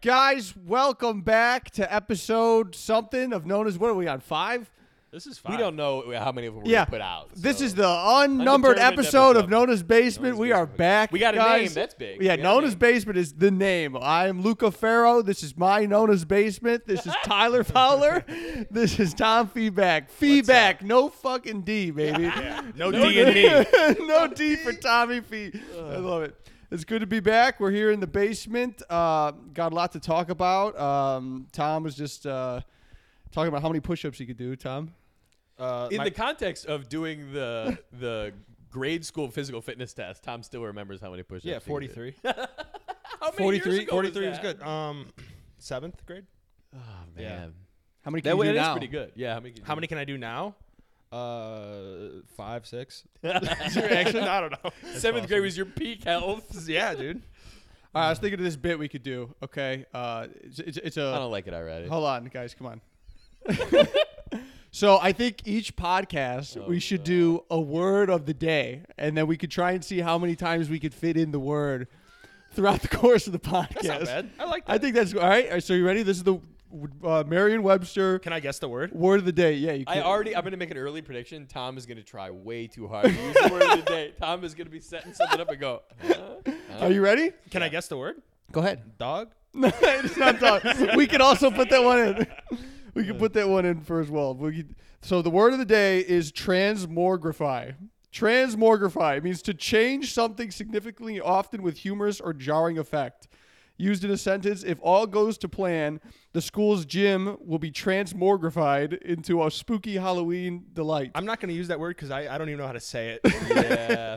guys, welcome back to episode something of known as what are we on five? This is fine. We don't know how many of them we're yeah, gonna put out. This so. is the unnumbered Undetermined episode, of episode. Nona's Basement. Nona's we are Basement. back. We got a guys. name. That's big. Yeah, We got a Nona's name. Basement is the name. I'm Luca Farrow. This is my Nona's Basement. This is Tyler Fowler. this is Tom Feedback. Feedback, no fucking D, baby. No, No E. D and D. no D for Tommy Feet. I love it. It's good to be back. We're here in the basement. Uh, got a lot to talk about. Um, Tom was just uh, talking about how many push-ups he could do. Tom, in the context of doing the the grade school physical fitness test. Tom still remembers how many push-ups. Yeah, he did. 43. How many 43, Years ago 43 was, was that? good. Um, seventh grade. Oh man, Yeah. how many can that you way do it is now? pretty good. Yeah, how many? Can you How do? many can I do now? Uh, five, six. Actually, I don't know. Seventh grade was your peak health. yeah, dude. All right, I was thinking of this bit we could do. Okay, uh, it's, it's, it's I a don't like it already. hold on, guys, come on. so I think each podcast we should do a word of the day, and then we could try and see how many times we could fit in the word throughout the course of the podcast. Not bad. I like that. I think that's all right. All right, So you ready? This is the uh, Merriam-Webster can I guess the word? word of the day. Yeah, you I can. already. I'm gonna make an early prediction. Tom is gonna try way too hard. to Use the word of the day. Tom is gonna be setting something up and go. huh? Are you ready? Can I guess the word? Go ahead. Dog? No, it's not dog. we can also put that one in. We can put that one in for as well. We could- so the word of the day is transmogrify. Transmogrify means to change something significantly, often with humorous or jarring effect. Used in a sentence, if all goes to plan, the school's gym will be transmogrified into a spooky Halloween delight. I'm not going to use that word because I, I don't even know how to say it. Yeah.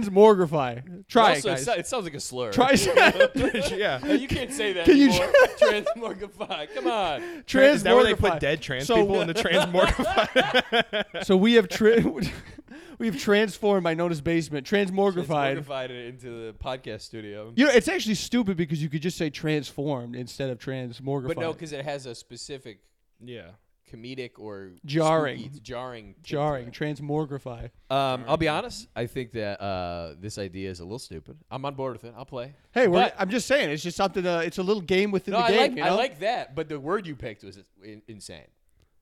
Transmogrify. Try also, it, it guys. so- it sounds like a slur. Try No, yeah. Oh, you can't say that. Can you anymore. Transmorgify. Come on. transmogrify. Is that where they put dead trans So- people in the transmortified? So we have tra- we have transformed my notice basement, transmogrified. Transmorgified it into the podcast studio. You know, it's actually stupid because you could just say transformed instead of transmogrified. But no, because it has a specific yeah. comedic or Jarring. spooky- jarring, tip to jarring, it. transmogrify. Um, I'll be honest. I think that uh, this idea is a little stupid. I'm on board with it. I'll play. Hey, we're, But- I'm just saying, it's just something. Uh, it's a little game within no, the I game. like you I know? like that, but the word you picked was in- insane.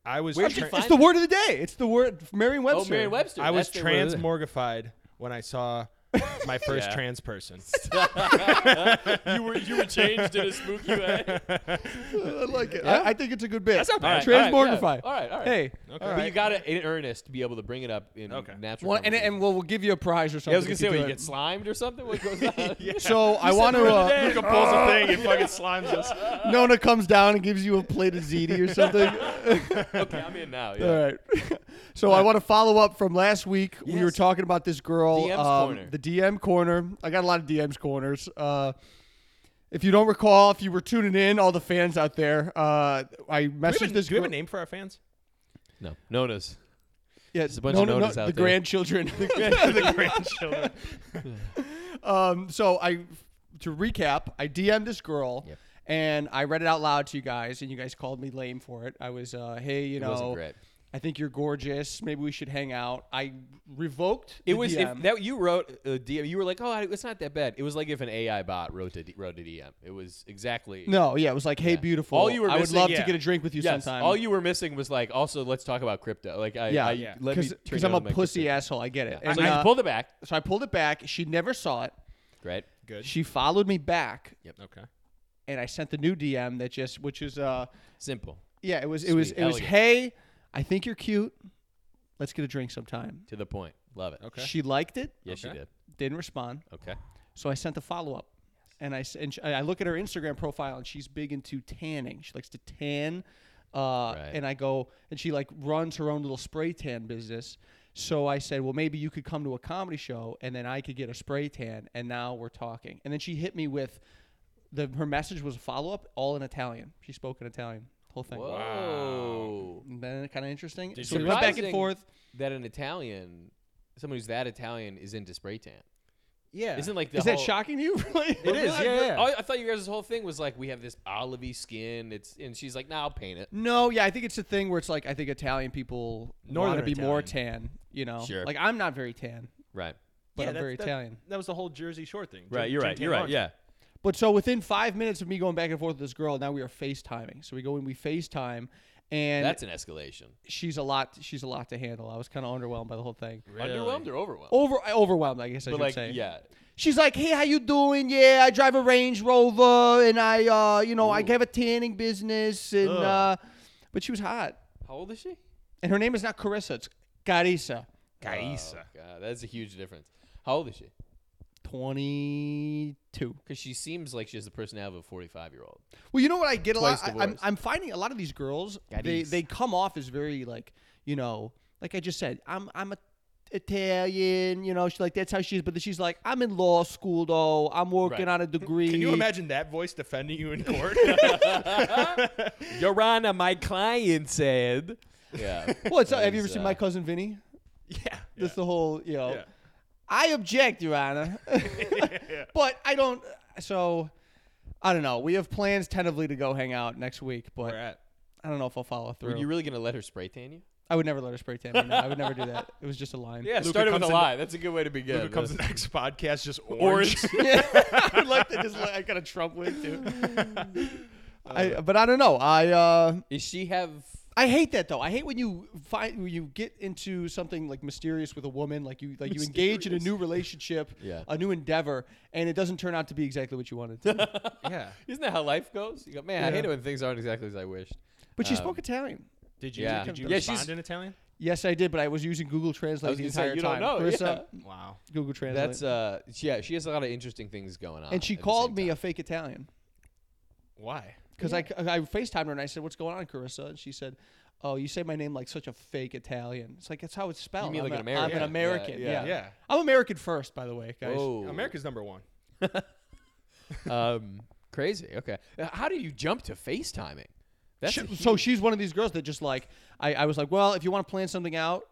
I was, Where'd you tran- find- it's the word of the day. It's the word Merriam-Webster. Oh, Merriam-Webster. I was that's the word of the- transmortified when I saw my first Yeah. trans person. You were you were changed in a spooky way. I like it. I, I think it's a good bit. That's not bad. All right, Transmogrify. yeah. All right, all right. Hey. Okay. all But right. you got to in earnest to be able to bring it up in Okay. natural. Well, and, conversation. and we'll, we'll give you a prize or something. yeah, I was gonna if say you what, do you it. get slimed or something. What goes on? So I want to. Uh, Luca pulls a thing and fucking slimes us. Nona comes down and gives you a plate of ziti or something. Okay, I'm in now. Yeah. All right. so I want to follow up from last week. We were Yes. talking about this girl, DM's um, corner. the DM corner. I got a lot of DM's corners. Uh, if you don't recall, if you were tuning in, all the fans out there, uh, I Do we, messaged have a, this do we girl. have a name for our fans? No, Nona's. Yeah, a bunch of Nona- Nonas Nona- out the there. grandchildren. the grandchildren. um, so I, to recap, I DM'd this girl. Yep. And I read it out loud to you guys, and you guys called me lame for it. I was, uh, hey, you It know, wasn't great. I think you're gorgeous. Maybe we should hang out. I revoked. It the was DM. if that you wrote a DM. You were like, "Oh, I- it's not that bad." It was like if an AI bot wrote a D- wrote a DM. It was exactly No, yeah, it was like, hey, Yeah. beautiful. All you were I would missing- love to yeah. get a drink with you Yes, sometime. all you were missing was like, also let's talk about crypto. Like, I, yeah, I, yeah, let me turn because I'm a down my pussy crypto. asshole. I get it. Yeah. And, So you uh, pulled it back. so I pulled it back. She never saw it. Great. Good. She followed me back, Okay. and I sent the new DM that just, which is, uh, Simple yeah, it was, it was, Sweet, it was. elegant. Hey, I think you're cute. Let's get a drink sometime. to the point. Love it. Okay. She liked it. Yes, Okay. you did. Didn't respond. Okay. So I sent the follow up, and I s- and sh- I look at her Instagram profile, and she's big into tanning. She likes to tan, uh, Right. and I go and she like runs her own little spray tan business. So I said, well, maybe you could come to a comedy show, and then I could get a spray tan, and now we're talking. And then she hit me with the her message was a follow up, all in Italian. She spoke in Italian, whole thing. Whoa. And then kind of interesting. Did so you we went back and Surprising forth. That an Italian, someone who's that Italian, is into spray tan. Yeah. Isn't like the Is whole, that shocking to you? Really? It is, I- yeah, yeah. I, I thought you guys' whole thing was like we have this olivey skin. It's and she's like, nah, I'll paint it. No, yeah, I think it's a thing where it's like I think Italian people want to Northern be more tan, you know. Sure. Like I'm not very tan, Right. but Yeah, I'm that- very that- Italian. That was the whole Jersey Shore thing. Right. You're right. You're right. Yeah. But so within five minutes of me going back and forth with this girl, now we are FaceTiming. So we go and we FaceTime, and That's an escalation. she's a lot. She's a lot to handle. I was kind of underwhelmed by the whole thing. Underwhelmed or overwhelmed? Over overwhelmed, I guess I but should like, say. yeah. She's like, "Hey, how you doing? Yeah, I drive a Range Rover, and I, uh, you know, I have a tanning business, and uh, Ugh. but she was hot, How old is she? and her name is not Carissa, it's Carissa, Gaisa. Oh, God, that's a huge difference. How old is she? twenty two. Because she seems like she has the personality of a 45 year old. Well, you know what I get a lot. Twice I, am divorced. I'm finding a lot of these girls. They Gadis. they come off as very like you know, like I just said. I'm I'm a Italian. You know, she's like that's how she is. But then she's like, I'm in law school though. I'm working Right. on a degree. Can you imagine that voice defending you in court? Your Honor, my client said. Yeah. Well, it's, That have you ever is, seen uh, my cousin Vinny? yeah. That's the whole you know. Yeah. I object, Your Honor. but I don't. So I don't know. We have plans tentatively to go hang out next week, but We're at. I don't know if I'll follow through. Were you really going to let her spray tan you? I would never let her spray tan me. No, I would never do that. It was just a line. Yeah, Luca started with a comes in- lie. That's a good way to begin. Luca comes the That's- next podcast just orange. I would like to just. Like, I got a Trump wig too. Uh. I, but I don't know. I uh, Is she have. I hate that though. I hate when you find when you get into something like mysterious with a woman, like you like you engage in a new relationship, Yeah. a new endeavor, and it doesn't turn out to be exactly what you wanted. to. Yeah. Isn't that how life goes? You go, man, I Yeah. hate it when things aren't exactly as I wished. But she Um, spoke Italian. Did you? Yeah. Did you Yeah, she's- respond in Italian? Yes, I did, but I was using Google I Translate was the going to entire say, you time. don't know. Carissa, yeah. Wow. Google Translate. That's, uh, yeah, she has a lot of interesting things going on. and she at the called same me time. a fake Italian Why? because I I Facetimed her and I said, "What's going on, Carissa?" And she said. Oh, you say my name like such a fake Italian. It's like that's how it's spelled. mean I'm, like a- an American. I'm an Yeah, American. yeah, Yeah, yeah. I'm American first, by the way, guys. Whoa. America's number one. Oh, um, crazy. Okay. Uh, How do you jump to FaceTiming? That's She- a so huge- she's one of these girls that just like I, I was like, well, if you want to plan something out,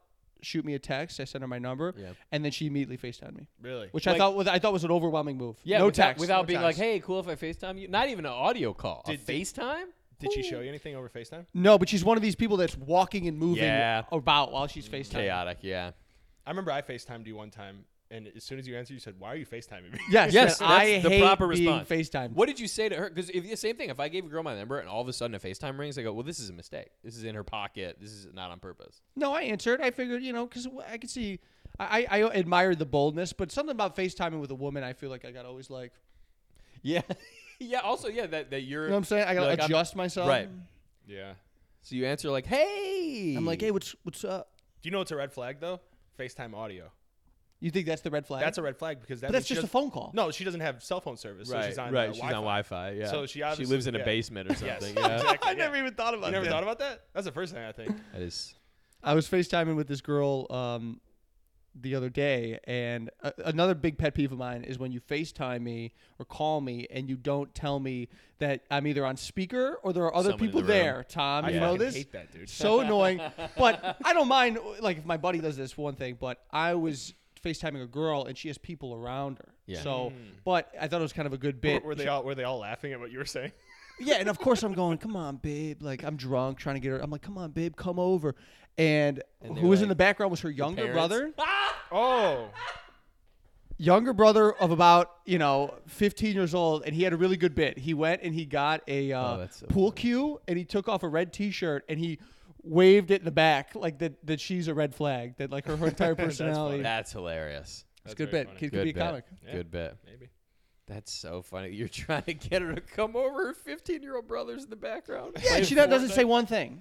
shoot me a text. I sent her my number, Yeah. and then she immediately Facetimed me, Really? which I Like- thought was I thought was an overwhelming move. yeah, no without, text without no being like, text. "Hey, cool if I FaceTime you." Not even an audio call. a Did- did- FaceTime? Did she show you anything over FaceTime? No, but she's one of these people that's walking and moving Yeah. about while she's Facetiming. Chaotic. Yeah. I remember I FaceTimed you one time, and as soon as you answered, you said, "Why are you FaceTiming me?" Yes, Yes, yes, I that's the hate proper being response. FaceTime. What did you say to her? Because the same thing. If I gave a girl my number and all of a sudden a FaceTime rings, I go, "Well, this is a mistake. This is in her pocket. This is not on purpose." No, I answered. I figured, you know, because I could see, I, I I admired the boldness, but something about FaceTiming with a woman, I feel like I got always like, Yeah. yeah. Also, yeah. That that you're. you know what I'm saying? I got to You're like, I'm- adjust myself. Right. yeah. So you answer like, "Hey." I'm like, hey, what's what's up? Do you know it's a red flag though? FaceTime audio. You think that's the red flag? That's a red flag because that but that's means she just a does- phone call. No, she doesn't have cell phone service. Right. so she's on right. uh, she's Wi-Fi. on Wi-Fi. Yeah. So she she obviously- lives in a yeah. basement or Yes. something. yeah. Exactly, yeah. even thought about You never thought about that? That's the first thing I think. That is. I was FaceTiming with this girl um, the other day, and a- another big pet peeve of mine is when you FaceTime me or call me and you don't tell me that I'm either on speaker or there are other Someone in people the room. there. Tom, I you know fucking this? hate that, dude. So annoying. But I don't mind, like, if my buddy does this one thing, but I was FaceTiming a girl and she has people around her. Yeah. So, but I thought it was kind of a good Were, bit. were they all were they all laughing at what you were saying? Yeah, and of course I'm going, come on, babe. Like I'm drunk, trying to get her. I'm like, come on, babe, come over. And, they're who was in like, the background was her younger parents? brother, Oh, younger brother of about you know 15 years old, and he had a really good bit. He went and he got a uh, Oh, that's so pool cue, and he took off a red T-shirt and he waved it in the back like that. That she's a red flag. That like her, her entire personality. That's hilarious. It's a That's good very bit. funny. Kid could be a bet. comic. Yeah. Good bet. maybe. That's so funny. You're trying to get her to come over. Her 15 year old brother's in the background. Yeah, Playing she not- doesn't Fortnite. say one thing.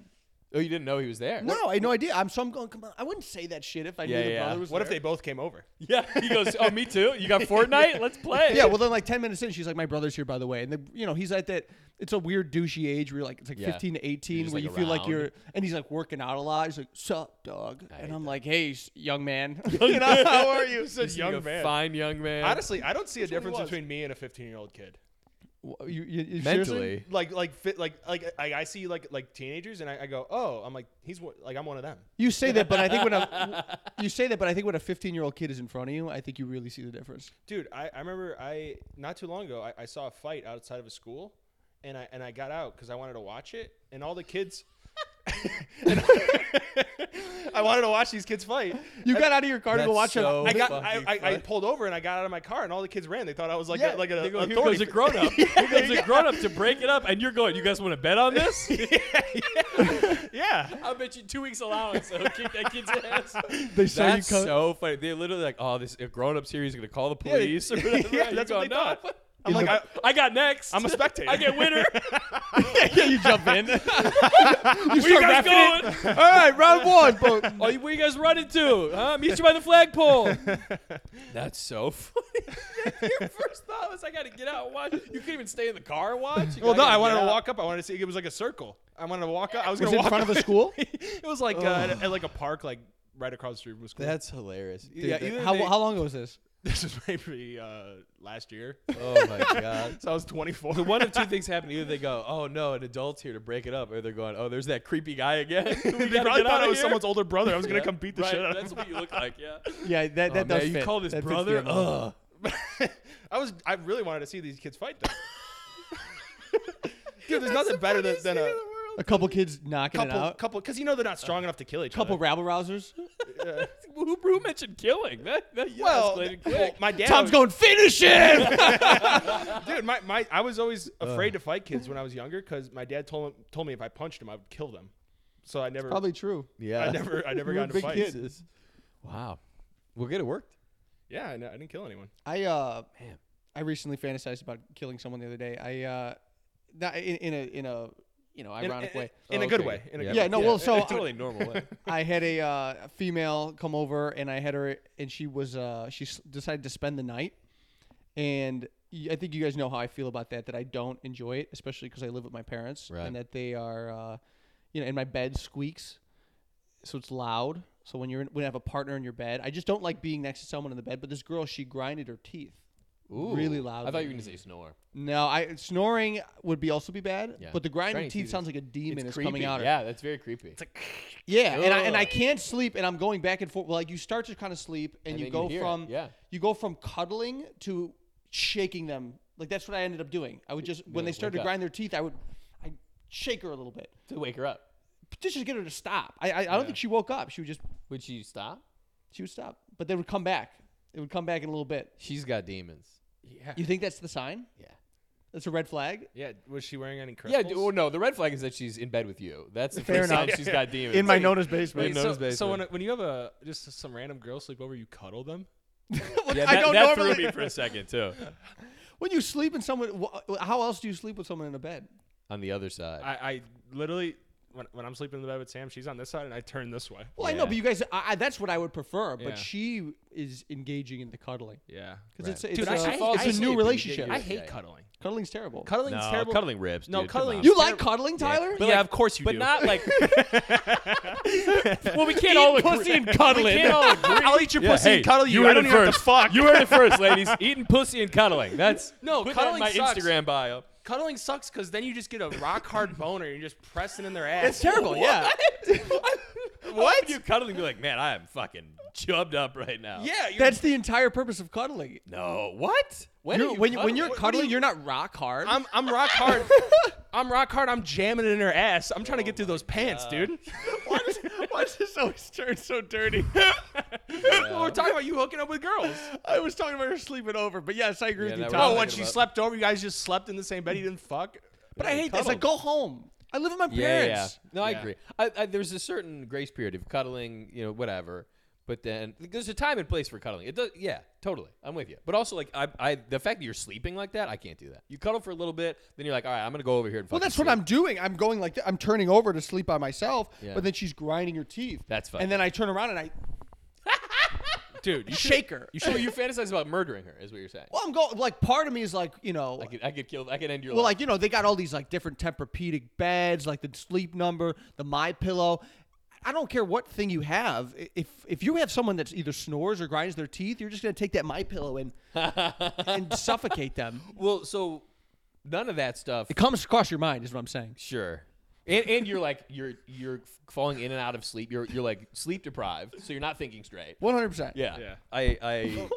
Oh, you didn't know he was there. No, I had no idea. I'm so I'm going. Come on, I wouldn't say that shit if I Yeah, knew the yeah. brother was What if there. they both came over? Yeah. He goes, "Oh, me too. You got Fortnite? Let's play." Yeah, well, then like ten minutes in, she's like, "My brother's here, by the way." And the, you know, he's at that. It's a weird douchey age where you're like it's like Yeah. fifteen to You're eighteen, just, where like, you feel like around. you're, and he's like working out a lot. He's like, "Sup, dog?" I hate and I'm like, "Hey, s- young man, you know, how are you?" said You go, Fine young man. Honestly, I don't see a what he difference was. between me and a 15 year old kid. Wha- you, you, you seriously? mentally. Like like fit like like I, I see like like teenagers and I, I go oh I'm like he's one- like I'm one of them. you say that, but I think when a you say that, but I think when a fifteen year old kid is in front of you, I think you really see the difference. Dude, I, I remember I not too long ago I, I saw a fight outside of a school, and I and I got out because I wanted to watch it, and all the kids. and I, I wanted to watch these kids fight. You And got out of your car to go That's watch a- so I got. I, fucking I, I fun. pulled over and I got out of my car and all the kids ran. They thought I was like Yeah, a, like a They go, here authority goes a fi- grown up. Here goes a grown up to break it up, and you're going. You guys want to bet on this? Yeah. I'll bet you two weeks allowance. I'll kick that kid's ass. They saw That's you come. so funny. They're literally like, "Oh, this a grown up series is gonna call the they- police or whatever." yeah, And you that's what go, they "No, thought. what- I'm like, I, I got next. I'm a spectator. I get winner. yeah, you jump in. you Where you start guys wrapping it. going? All right, round one. But Oh, you- where you guys running to? Huh? Meet you by the flagpole. That's so funny. Your first thought was, "I got to get out and watch." You couldn't even stay in the car and watch. You well, gotta no, get I wanted out. to walk up. I wanted to see. It was like a circle. I wanted to walk up. I was, was gonna in walk front of up. a school. Oh. it was like uh, at, at like a park, like right across the street from a school. That's hilarious. yeah. Dude, either how, they- how long ago was this? this was maybe uh, last year. Oh my god. So I was 24. So one of two things happen. Either they go, "Oh no, an adult's here to break it up," or they're going, "Oh, there's that creepy guy again." We they gotta probably get thought outta I was here." someone's older brother. I was gonna Yeah. come beat the Right, shit out of That's what you look like. Yeah. Yeah, that Oh, man, You call this brother? Ugh. I was I really wanted to see these kids fight though. Dude, there's nothing better than, than a a couple kids knocking it couple out. Uh, couple because you know they're not strong enough to kill each Couple other. rabble rousers. Who, who mentioned killing? That, that yeah, Well, escalated well, quick. my dad Tom's always- going finish him. dude, my, my I was always Uh. afraid to fight kids when I was younger because my dad told him, told me if I punched him I would kill them. So I never Probably true. yeah. I never I never You were a got into big fights. kid. Jesus. Wow. Well, good. It worked. Yeah, I, ne- I didn't kill anyone. I uh, Man. I recently fantasized about killing someone the other day. I uh, not in, in a in a you know In, ironic in- way. in Oh, a good okay. way. In a Yeah. good Yeah, way. no, well, so totally normal. way. I had a uh, female come over, and I had her, and she was uh, she s- decided to spend the night, and y- I think you guys know how I feel about that. That I don't enjoy it, especially because I live with my parents, Right. and that they are, uh, you know, and my bed squeaks, so it's loud. So when you're in, when you have a partner in your bed, I just don't like being next to someone in the bed. But this girl, she grinded her teeth. Really loud. I thought you were gonna say snore. No, I snoring would be also be bad. Yeah. But the grinding Grinding teeth, teeth sounds like a demon it's is coming creepy. out. of Yeah, that's very creepy. yeah, and I, and I Ugh. can't sleep, and I'm going back and forth. Well, like you start to kind of sleep, and, And you then you go hear it, from yeah. you go from cuddling to shaking them. Like that's what I ended up doing. I would just when they wake started to up. grind their teeth, I would I shake her a little bit, to wake her up. but just to get her to stop. I I, I don't think she woke up. She would just Would she stop? she would stop, but they would come back. It would come back in a little bit. She's got demons. yeah. You think that's the sign? Yeah. That's a red flag. Yeah, was she wearing any Yeah. crystals? d- Well, no. The red flag is that she's in bed with you. That's the Fair first enough. sign she's got demons. Nona's Wait, basement. no. so, Notice so when, basement. when you have a just some random girl sleep over, you cuddle them. Yeah, I that- don't that normally. threw me for a second too. When you sleep in someone, wh- how else do you sleep with someone in a bed? On the other side. I, I literally when, when I'm sleeping in the bed with Sam, she's on this side, and I turn this way. Well, I know, Yeah. but you guys, I, I, that's what I would prefer. But Yeah. she is engaging in the cuddling Yeah, because it's, it's, Dude, a, I- I- it's, I a sleep new and relationship. Yeah, I yeah, hate yeah. cuddling. Cuddling's terrible. Cuddling's no, terrible. cuddling rips. No, dude, come cuddling- on. You like cuddling, Tyler? yeah, of course you but do. not like. well, we can't Eating all agree. pussy and cuddling. We can't all agree. I'll eat your Yeah, pussy hey, and cuddle you. you I heard don't it even first. have to fuck. You heard it first, ladies. Eating pussy and cuddling. That's No, Put that in cuddling my sucks. Instagram bio. cuddling sucks because then you just get a rock hard boner. and You're just pressing in their ass. It's terrible. Yeah. What? You cuddling? Be like, man, I am fucking chubbed up right now. Yeah, you're, That's the entire purpose of cuddling. No. What? When You're- are you when, cuddling? when you're What- cuddling, you, are not rock hard. I'm I'm rock hard. I'm rock hard. I'm jamming it in her ass. I'm trying to get through those pants, dude. why, does, why does this always turn so dirty? Well, we're talking about you hooking up with girls. I was talking about her sleeping over, but yes, I agree Yeah, with you, that Tom. Oh, was- when thinking she about- slept over, you guys just slept in the same bed. You didn't fuck. but I hate this. cuddled. Like, go home. I live with my Yeah, parents. yeah. No, I Yeah. agree. I, I, there's a certain grace period of cuddling, you know, whatever. But then there's a time and place for cuddling. It does, yeah, totally. I'm with you. But also, like, I, I, the fact that you're sleeping like that, I can't do that. You cuddle for a little bit, then you're like, all right, I'm gonna go over here and. Well, fucking that's what sleep. I'm doing. I'm going like th- I'm turning over to sleep by myself, Yeah. but then she's grinding her teeth. That's fucked And then I turn around and I dude. You shake her. You sure you fantasize about murdering her? Is what you're saying? Well, I'm going like part of me is like you know, I could, I could kill. I could end your well, life. like you know, they got all these like different Tempur-Pedic beds, like the sleep number, the My Pillow. I don't care what thing you have. I- If if you have someone that's either snores or grinds their teeth, you're just gonna take that My Pillow and and suffocate them. well, so none of that stuff. It comes across your mind, is what I'm saying. Sure. And, and you're like you're you're falling in and out of sleep. You're you're like sleep deprived, so you're not thinking straight. 100. percent Yeah. Yeah. I I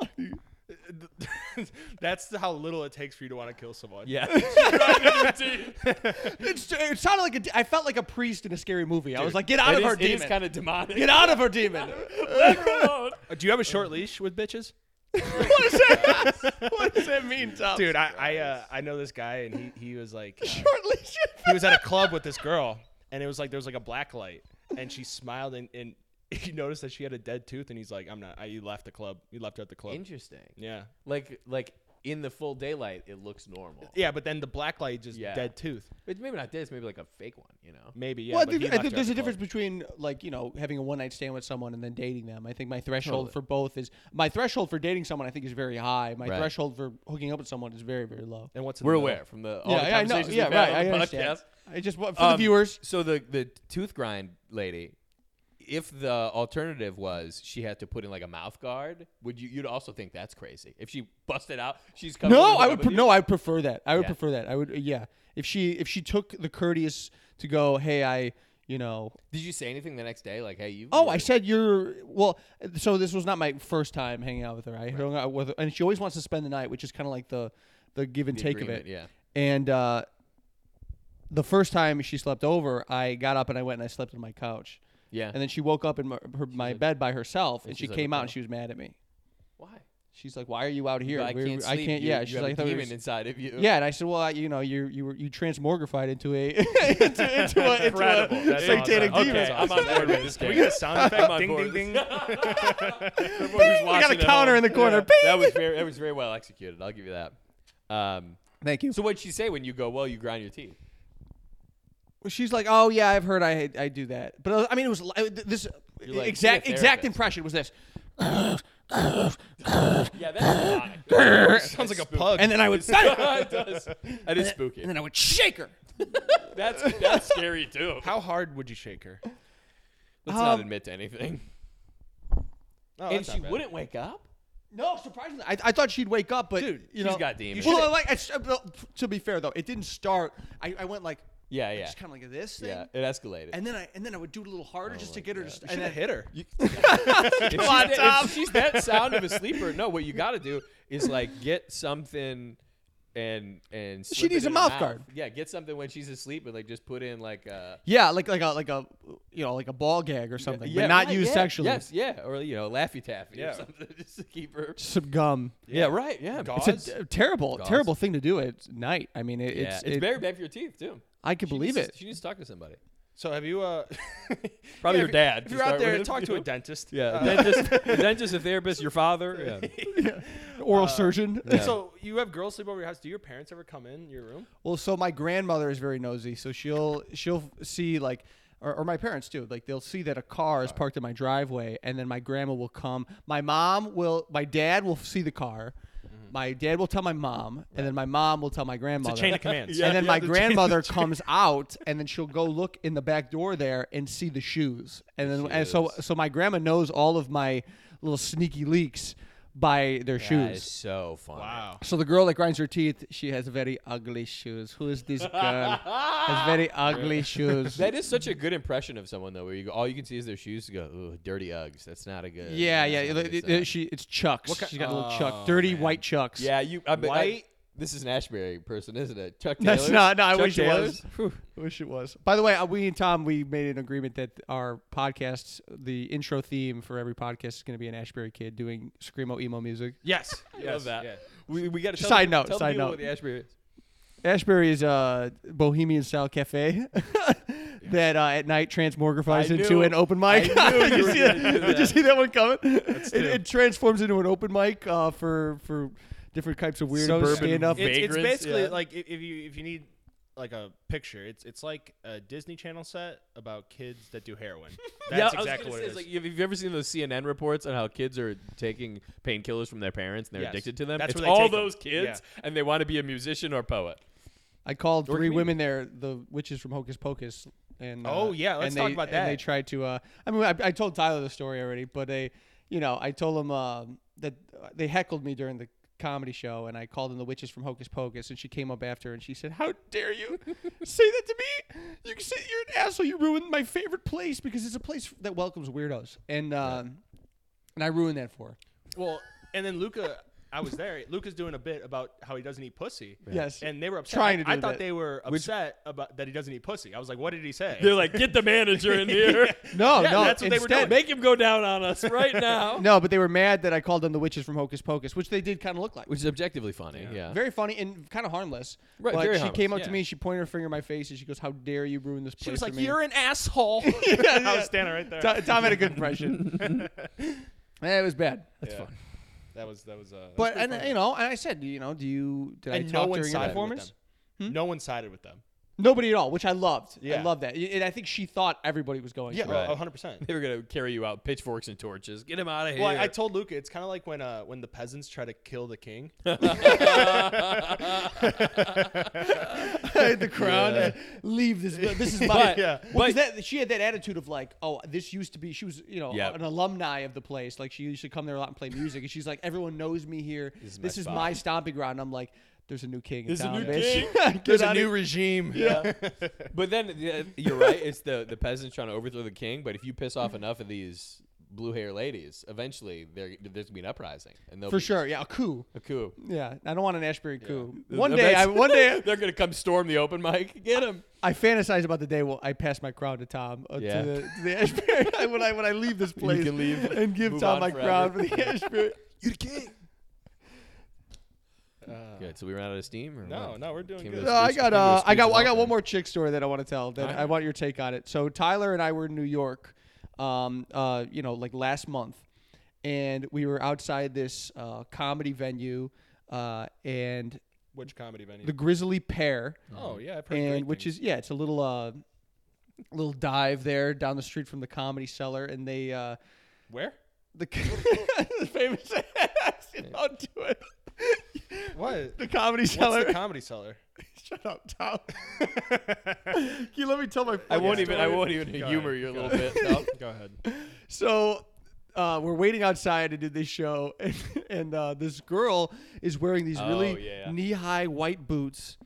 That's the- how little it takes for you to want to kill someone. Yeah. It's, it sounded like a de- I felt like a priest in a scary movie. I was like, get out of her it is demon. kind of demonic. get out of her demon. Uh, Do you have a short leash with bitches? what does that mean, Tom? Dude, I I, uh, I know this guy, and he he was like, uh, Shortly should- he was at a club with this girl, and it was like there was like a black light, and she smiled, and and he noticed that she had a dead tooth, and he's like, I'm not. I, you left the club. You left her at the club. Interesting. yeah. Like like in the full daylight, it looks normal. Yeah, but then the black light just Yeah. dead tooth. But maybe not this. Maybe like a fake one. You know. Maybe yeah. well, I but think- he I left think her at there's the a club. difference between like you know having a one night stand with someone and then dating them. I think my threshold for both is my threshold for dating someone. I think is very high. My Right. threshold for hooking up with someone is very very low. And what's in We're the middle? aware from the all the I know. conversations Yeah, we've had right. on I the understand. podcast. I just want for the Um, viewers. So the the tooth grind lady, if the alternative was she had to put in like a mouth guard, would you you'd also think that's crazy? If she busted out, she's coming. No, to I hook would. up with Pre- you. no, I would prefer that. I would Yeah. prefer that. I would. Yeah. If she if she took the courteous to go, hey, I you know Did you say anything the next day? Like, hey, you. Oh, I said you're well. So this was not my first time hanging out with her. I hung out with her, and she always wants to spend the night, which is kind of like the the give and The take of agreement, it. yeah. And uh, the first time she slept over, I got up and I went and I slept on my couch. Yeah. And then she woke up in my, her, my bed by herself, and she she's like, came "What out the and she was mad at me. why? She's like, "Why are you out here? I We're- can't. Sleep. I can't. You- yeah." you She's have like, "I a thought we were demon s- inside of you. yeah, and I said, "Well, I, you know, you you were you transmorgified into a into, into a, into Incredible. a That's satanic awesome. demon." Okay, I'm on board with this Can we game. get a sound I'm effect? on ding, board ding, with this. ding. We got a counter in the corner. That was very. That was very well executed. I'll give you that. Um, Thank you. so what'd she say when you go? Well, you grind your teeth. She's like, "Oh yeah, I've heard I I do that." But uh, I mean, it was li- th- this You're like, exact "Be a exact therapist." impression was this, Yeah, that's demonic. Sounds like a pug. and then I would it does. That is spooky. and then I would shake her. That's that's scary too. How hard would you shake her? Let's not Um, admit to anything. Oh, and that's not she bad. wouldn't wake up. No, surprisingly, I, I thought she'd wake up, but Dude, you she's know, got demons. Well, I like I, s- uh, to be fair though, it didn't start. I, I went like Yeah, yeah, just kind of like this thing, yeah. Oh It escalated. and then I and then I would do it a little harder just to get her to. St- and Shoulda then, hit her. Come on, Tom. If she's that sound of a sleeper, no. What you got to do is like get something, and and She slip it needs a in her mouth guard. Yeah, get something when she's asleep, and like just put in like uh, yeah, like like a like a you know like a ball gag or something, yeah, but not right, used yeah, sexually. Yes, yeah, or you know, laffy taffy Yeah. or something, just to keep her. some gum. Yeah, right. Yeah, Gauze? It's a d- terrible Gauze. terrible thing to do at night. I mean, it, Yeah, it's it's, it- very bad for your teeth too. I could She believe needs it. to- She needs to talk to somebody. So have you? Uh, Probably yeah, her dad. If to you're out start there, with, talk you to a know? dentist. Yeah, Uh, a dentist, a dentist, a therapist, your father. Yeah. Uh, oral surgeon. So you have girls sleep over your house. Do your parents ever come in your room? Well, so my grandmother is very nosy, so she'll she'll see like. Or, or my parents too. Like they'll see that a car is parked in my driveway, and then my grandma will come. My mom will. My dad will see the car. Mm-hmm. My dad will tell my mom, and then my mom will tell my grandmother. chain of commands. and then Yeah, my the chain- grandmother comes out, and then she'll go look in the back door there and see the shoes. And then and so so my grandma knows all of my little sneaky leaks by their That shoes. is so funny. So the girl that grinds her teeth, she has very ugly shoes. Who is this girl? has very ugly shoes. That is such a good impression of someone though, where you go, all you can see is their shoes. You go, ooh, dirty Uggs. That's not a good. Yeah, yeah. that's not a it- good it- sign." it- she it's chucks. She's got a little chuck, Oh, dirty white chucks. yeah, you. I, bet- I- White- this is an Ashbury person, isn't it? Chuck Taylor. That's not. No, I Chuck wish Taylor's? it was. I wish it was. By the way, uh, we and Tom we made an agreement that our podcasts, the intro theme for every podcast is going to be an Ashbury kid doing screamo emo music. Yes. I yes, love that. yeah. We, we got to Side note, Tell the side people note. What the Ashbury is. Ashbury is a bohemian style cafe that uh, at night transmorgifies I into knew- an open mic. I knew Did you you were see gonna that? Did do you that. see that one coming? It, do. it transforms into an open mic uh, for for different types of weird So bourbon. stupid. stand up. It's, it's Vagrants, basically yeah. like if, if you if you need like a picture, it's it's like a Disney Channel set about kids that do heroin. That's exactly what it is. Like, have you ever seen those CNN reports on how kids are taking painkillers from their parents and they're Yes. addicted to them? That's it's where they all take 'em. those kids, and they want to be a musician or poet. I called three comedian. women there, the witches from Hocus Pocus, and uh, Oh, yeah, let's and talk they- about And they that. tried to. Uh, I mean, I, I told Tyler the story already, but they, you know, I told them um that uh, they heckled me during the comedy show, and I called them the witches from Hocus Pocus, and she came up after and she said, "How dare you say that to me? You can say you're an asshole. You ruined my favorite place because it's a place that welcomes weirdos, and um, and I ruined that for her. Well, and then Luca, I was there. Luca's doing a bit about how he doesn't eat pussy. Yes. And they were upset. Trying to do I the thought bit. they were upset about that he doesn't eat pussy. I was like, what did he say? They're like, get the manager in here. no, Yeah, no. that's what they were instead- Make him go down on us right now. No, but they were mad that I called them the witches from Hocus Pocus, which they did kind of look like. which is objectively funny. Yeah. Very funny and kind of harmless. Right, but very she came up harmless, to yeah. me, and she pointed her finger in my face, and she goes, "How dare you ruin this place?" She was for like, me." you're an asshole. I was standing right there. Tom, Tom had a good impression. Eh, it was bad. That's Yeah. fun. That was that was. Uh, that was But pretty and funny. you know, and I said, you know, do you did I and no talk one during your sided with performance? them. Hmm? No one sided with them. Nobody at all, which I loved. I Yeah. loved that, and I think she thought everybody was going. Yeah, to. one hundred percent. They were gonna carry you out, pitchforks and torches. Get him out of here. Well, I, I told Luca it's kind of like when uh when the peasants try to kill the king. uh, the crowd. uh, Leave this. This is my. But- yeah. yeah. Well, 'cause that, she had that attitude of like, oh, this used to be. She was, you know, Yep. an alumni of the place. Like she used to come there a lot and play music. And she's like, everyone knows me here. This is my, spot." stomping ground. And I'm like, there's a new king. There's a in town, new bitch. Get There's out a of new here. regime. but then yeah, you're right. It's the the peasants trying to overthrow the king. But if you piss off enough of these blue hair ladies, eventually there there's gonna be an uprising, and they'll for be sure. Yeah, a coup. a coup. Yeah, I don't want an Ashbury coup. One The day, I, best- one day, they're gonna come storm the open mic. Get him. I fantasize about the day when I pass my crown to Tom uh, Yeah. to, the, to the Ashbury when I when I leave this place can leave, and give move Tom on my forever. crown for the Ashbury. You're the king. good. So we ran out of steam. Or No, what? no, we're doing Came good. to No, a I speech- got came to a uh, I speech got and I got all one that. more chick story that I want to tell that I want your take on it. So Tyler and I were in New York, um, uh, you know, like last month, and we were outside this uh, comedy venue, uh, and Which comedy venue? the Grizzly Pear, oh yeah, I've heard and which is yeah, it's a little uh, little dive there down the street from the Comedy Cellar, and they uh, where? the, the famous don't do it. What? The Comedy Cellar. What's the comedy seller? Shut up, Tom. Can you let me tell my? I fucking won't even. I story? won't even humor you a little bit. No. Go ahead. So uh, we're waiting outside to do this show, and, and uh, this girl is wearing these really Oh, yeah. knee-high white boots,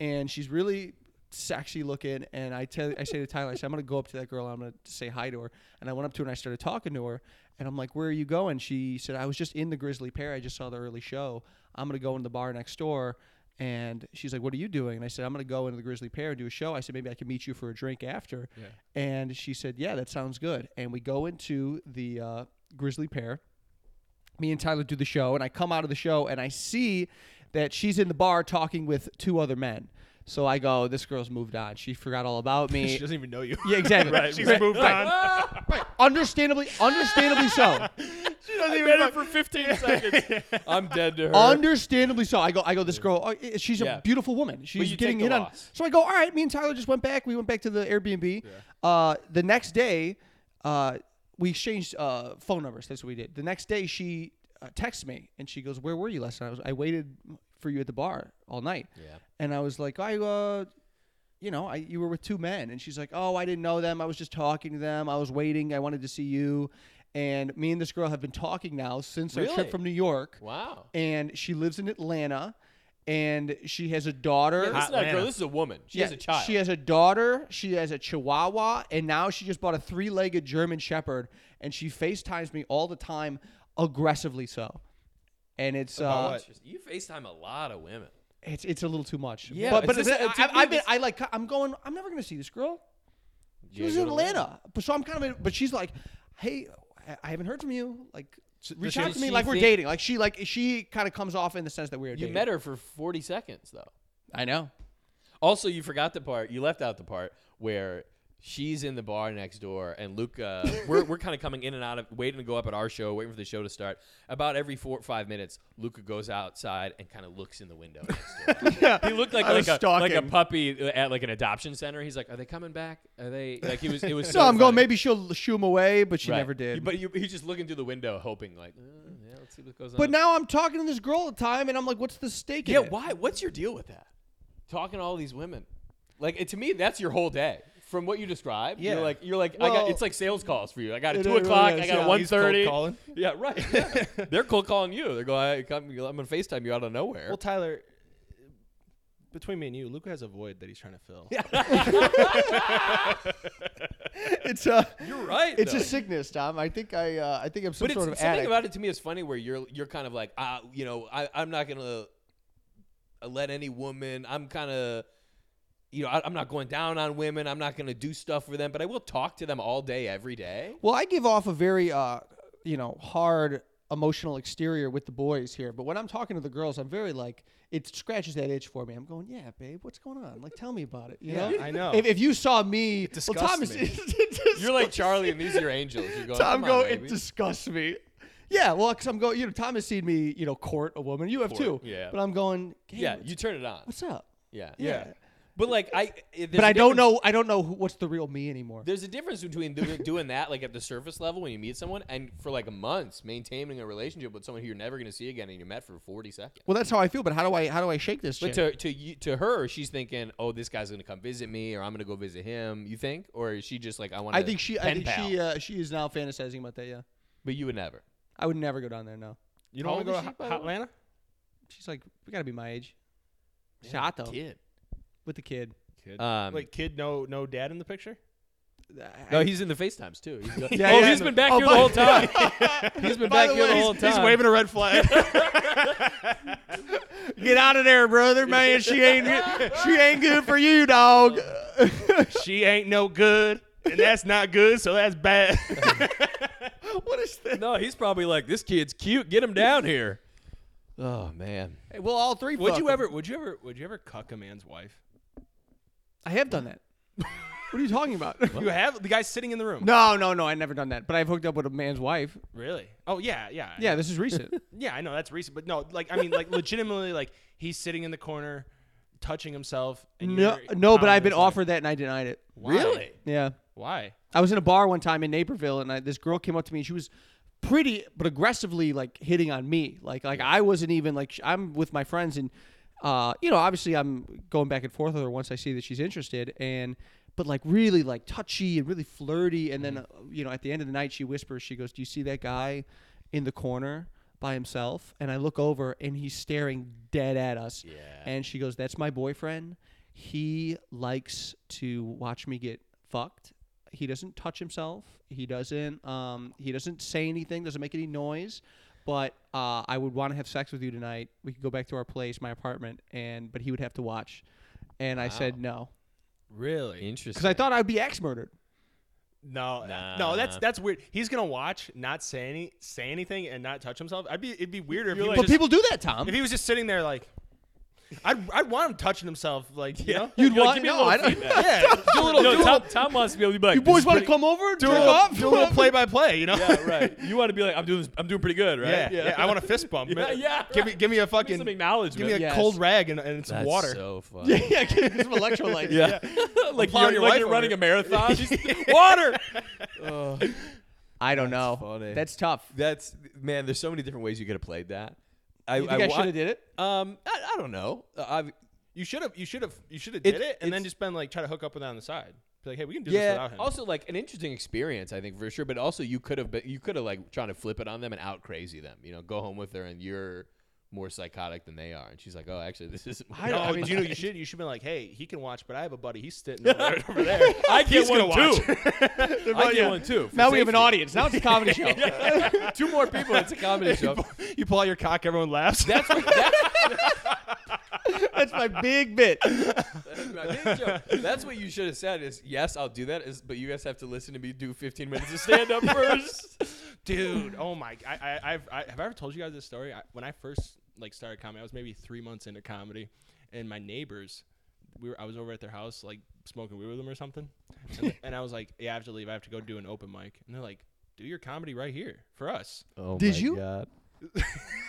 and she's really sexy looking. And I tell, I say to Tyler, I say, I'm gonna go up to that girl, and I'm gonna say hi to her. And I went up to her and I started talking to her, and I'm like, Where are you going? She said, I was just in the Grizzly Pair. I just saw the early show. I'm gonna go in the bar next door. And she's like, "What are you doing?" And I said, "I'm gonna go into the Grizzly Pair and do a show." I said, "Maybe I can meet you for a drink after." And she said, "Yeah, that sounds good." And we go into the uh, Grizzly Pair. Me and Tyler do the show, and I come out of the show and I see that she's in the bar talking with two other men. So I go, "This girl's moved on. She forgot all about me." She doesn't even know you. yeah, exactly. She's moved on. Understandably, understandably so. I met her for 15 seconds. I'm dead to her. Understandably so. I go, I go. This girl, oh, i- she's Yeah. a beautiful woman. She's you getting take hit the on. loss. So I go, all right. Me and Tyler just went back. We went back to the Airbnb. Uh, the next day, uh, we exchanged uh, phone numbers. That's what we did. The next day, she uh, texts me and she goes, "Where were you last night? I, was, I waited for you at the bar all night." Yeah. And I was like, I uh, you know, I you were with two men, and she's like, "Oh, I didn't know them. I was just talking to them. I was waiting. I wanted to see you." And me and this girl have been talking now since our Really? trip from New York. Wow. And she lives in Atlanta, and she has a daughter. Yeah, this is not a Atlanta. girl. This is a woman. She has Yeah, a child. She has a daughter. She has a Chihuahua, and now she just bought a three-legged German Shepherd, and she FaceTimes me all the time, aggressively so. And it's uh, You FaceTime a lot of women. it's it's a little too much. Yeah, but, is but this- I, uh, to I, me I've been this- I like I'm going. I'm never gonna see this girl. She Yeah, was you're in in Atlanta. Atlanta, but so I'm kind of. But she's like, hey, I- I haven't heard from you. Like, reach she- out to me she like we're think- dating. Like she like she kind of comes off in the sense that we're You met her for 40 seconds though. I know. Also, you forgot the part. You left out the part where she's in the bar next door, and Luca. we're we're kind of coming in and out of waiting to go up at our show, waiting for the show to start. About every four or five minutes, Luca goes outside and kind of looks in the window. Next door. He looked like I like was a, like a stalking. puppy at like an adoption center. He's like, "Are they coming back? Are they like?" He was. It was. So I'm going. funny. Maybe she'll shoo him away, but she Right. never did. But you, he's just looking through the window, hoping like, "Uh, "Yeah, let's see what goes on." But now I'm talking to this girl all the time, and I'm like, what's the stake? in Yeah, it? why? What's your deal with that? Talking to all these women, like it- to me, that's your whole day. From what you described, Yeah. you're like you're like I Well- got. It's like sales calls for you. I got It at two really o'clock. is, I got yeah. at one He's thirty. calling. Yeah, right. yeah. They're cold calling you. They're going. I, come, I'm gonna Facetime you out of nowhere. Well, Tyler, between me and you, Luca has a void that he's trying to fill. It's a You're right. it's though. a sickness, Tom. I think I uh, I think I'm some but it's sort of something addict. about it to me is funny where you're you're kind of like ah you know I I'm not gonna uh, let any woman I'm kind of you know I, I'm not going down on women I'm not gonna do stuff for them but I will talk to them all day every day. Well, I give off a very, uh, you know, hard emotional exterior with the boys here, but when I'm talking to the girls, I'm very like it scratches that itch for me. I'm going, yeah, babe, what's going on? Like, tell me about it. You Yeah, know, I know. If, if you saw me, well, disgusts Thomas, me. it disgusts- You're like Charlie and these are your angels. You're going, Tom, "Come go. on, It baby." disgusts me. Yeah, well, because I'm going. You know, Tom has seen me, you know, court a woman. You have too. Court, yeah. But I'm going. Hey, yeah, what's, you turn it on. what's up? Yeah, Yeah. But like I, eh, But I don't know. I don't know who, what's the real me anymore. There's a difference between do- doing that, like at the surface level, when you meet someone, and for like months maintaining a relationship with someone who you're never going to see again, and you met for 40 seconds. well, that's how I feel. But how do I? How do I shake this? But chick? to to you, to her, she's thinking, "Oh, this guy's going to come visit me, or I'm going to go visit him." You think, or is she just like, "I want"? I think she. I Pen think pal. she. Uh, she is now fantasizing about that. Yeah. But you would never. I would never go down there. No. You How don't want to old go is to she, by Hot- the way? Hotlanta? She's like, we gotta be my age. Shot though Kid. with the kid. Um, Wait, kid, no, no dad in the picture. no, he's in the Facetimes too. He's go- Yeah, oh, yeah. he's been back Oh, here the by- whole time. he's been By back the here way, the whole time. He's waving a red flag. Get out of there, brother, man. She ain't. she ain't good for you, dog. she ain't no good, and that's not good, so that's bad. what is that? No, he's probably like, "This kid's cute. Get him down here." Oh man. Hey, well, all three. would fuck you them. ever? Would you ever? Would you ever cuck a man's wife? I have done that. what are you talking about? You have the guy sitting in the room. no, no, no. I never done that. But I've hooked up with a man's wife. Really? Oh yeah, yeah, Yeah, this is recent. yeah. I know that's recent, but no, like I mean, like legitimately, like he's sitting in the corner, touching himself. And no, you're no. But pounding I've been his leg. offered that and I denied it. Why? Yeah. Why? I was in a bar one time in Naperville, and I, this girl came up to me. and She was pretty, but aggressively like hitting on me. Like like I wasn't even like sh- I'm with my friends, and uh, you know, obviously I'm going back and forth with her once I see that she's interested, and but like really like touchy and really flirty. And then uh, you know, at the end of the night, she whispers, she goes, "Do you see that guy in the corner?" By himself, and I look over, and he's staring dead at us. Yeah. And she goes, "That's my boyfriend. He likes to watch me get fucked, he doesn't touch himself. He doesn't. Um, he doesn't say anything. Doesn't make any noise. But uh, I would want to have sex with you tonight. We could go back to our place, my apartment, and but he would have to watch. And I said no Really? Interesting. because I thought I'd be axe murdered. No, Nah. no, that's that's weird. He's gonna watch, not say any, say anything, and not touch himself. I'd be, it'd be weirder if he, was But just, people do that, Tom. if he was just sitting there like, I'd, I'd want him touching himself, like you know, You'd You're like, want "Give me a no. little I don't, feedback." yeah, do a little. do Tom, Tom wants to be able to be like, you "This boys is want to pretty- come over, and do a jerk little, off, do a little play by play, you know. Yeah, right. You want to be like, I'm doing this, I'm doing pretty good, right? Yeah, yeah, I want a fist bump. Yeah, man. yeah, Give me, right. give me a fucking, some give acknowledgement. me a Yes. cold rag and, and some water. so fun. yeah, yeah, give me some electrolytes. Yeah. like plowing you're, your like wife you're over. running a marathon. She's- water. I don't know. That's funny. That's tough. That's man. There's so many different ways you could have played that. I, You think I, wa- should have did it? Um, I, I don't know. Uh, I've, You should have, you should have, you should have did it, and it's- then just been like, try to hook up with her on the side. Be like, hey, we can do this yeah. without him. Also, like an interesting experience, I think for sure. But also, you could have been, you could have like trying to flip it on them and out crazy them. You know, go home with her and you're more psychotic than they are. And she's like, oh, actually, this isn't. what I no, don't- mean, you know, you should, you should be like, hey, he can watch, but I have a buddy. He's sitting over there. Over there. I get He's gonna one too. watch. I get one too. for Now we have an safety. audience. Now it's a comedy show. Two more people. It's a comedy show. you pull out your cock, everyone laughs. That's what, that, That's my big bit. Oh that's my big joke. That's what you should have said. Is yes, I'll do that. Is but you guys have to listen to me do 15 minutes of stand up first. dude oh my I, I i've I, have i ever told you guys this story I, when i first like started comedy i was maybe three months into comedy and my neighbors we were i was over at their house like smoking weed with them or something and, and i was like yeah i have to leave i have to go do an open mic and they're like do your comedy right here for us Oh Did my you?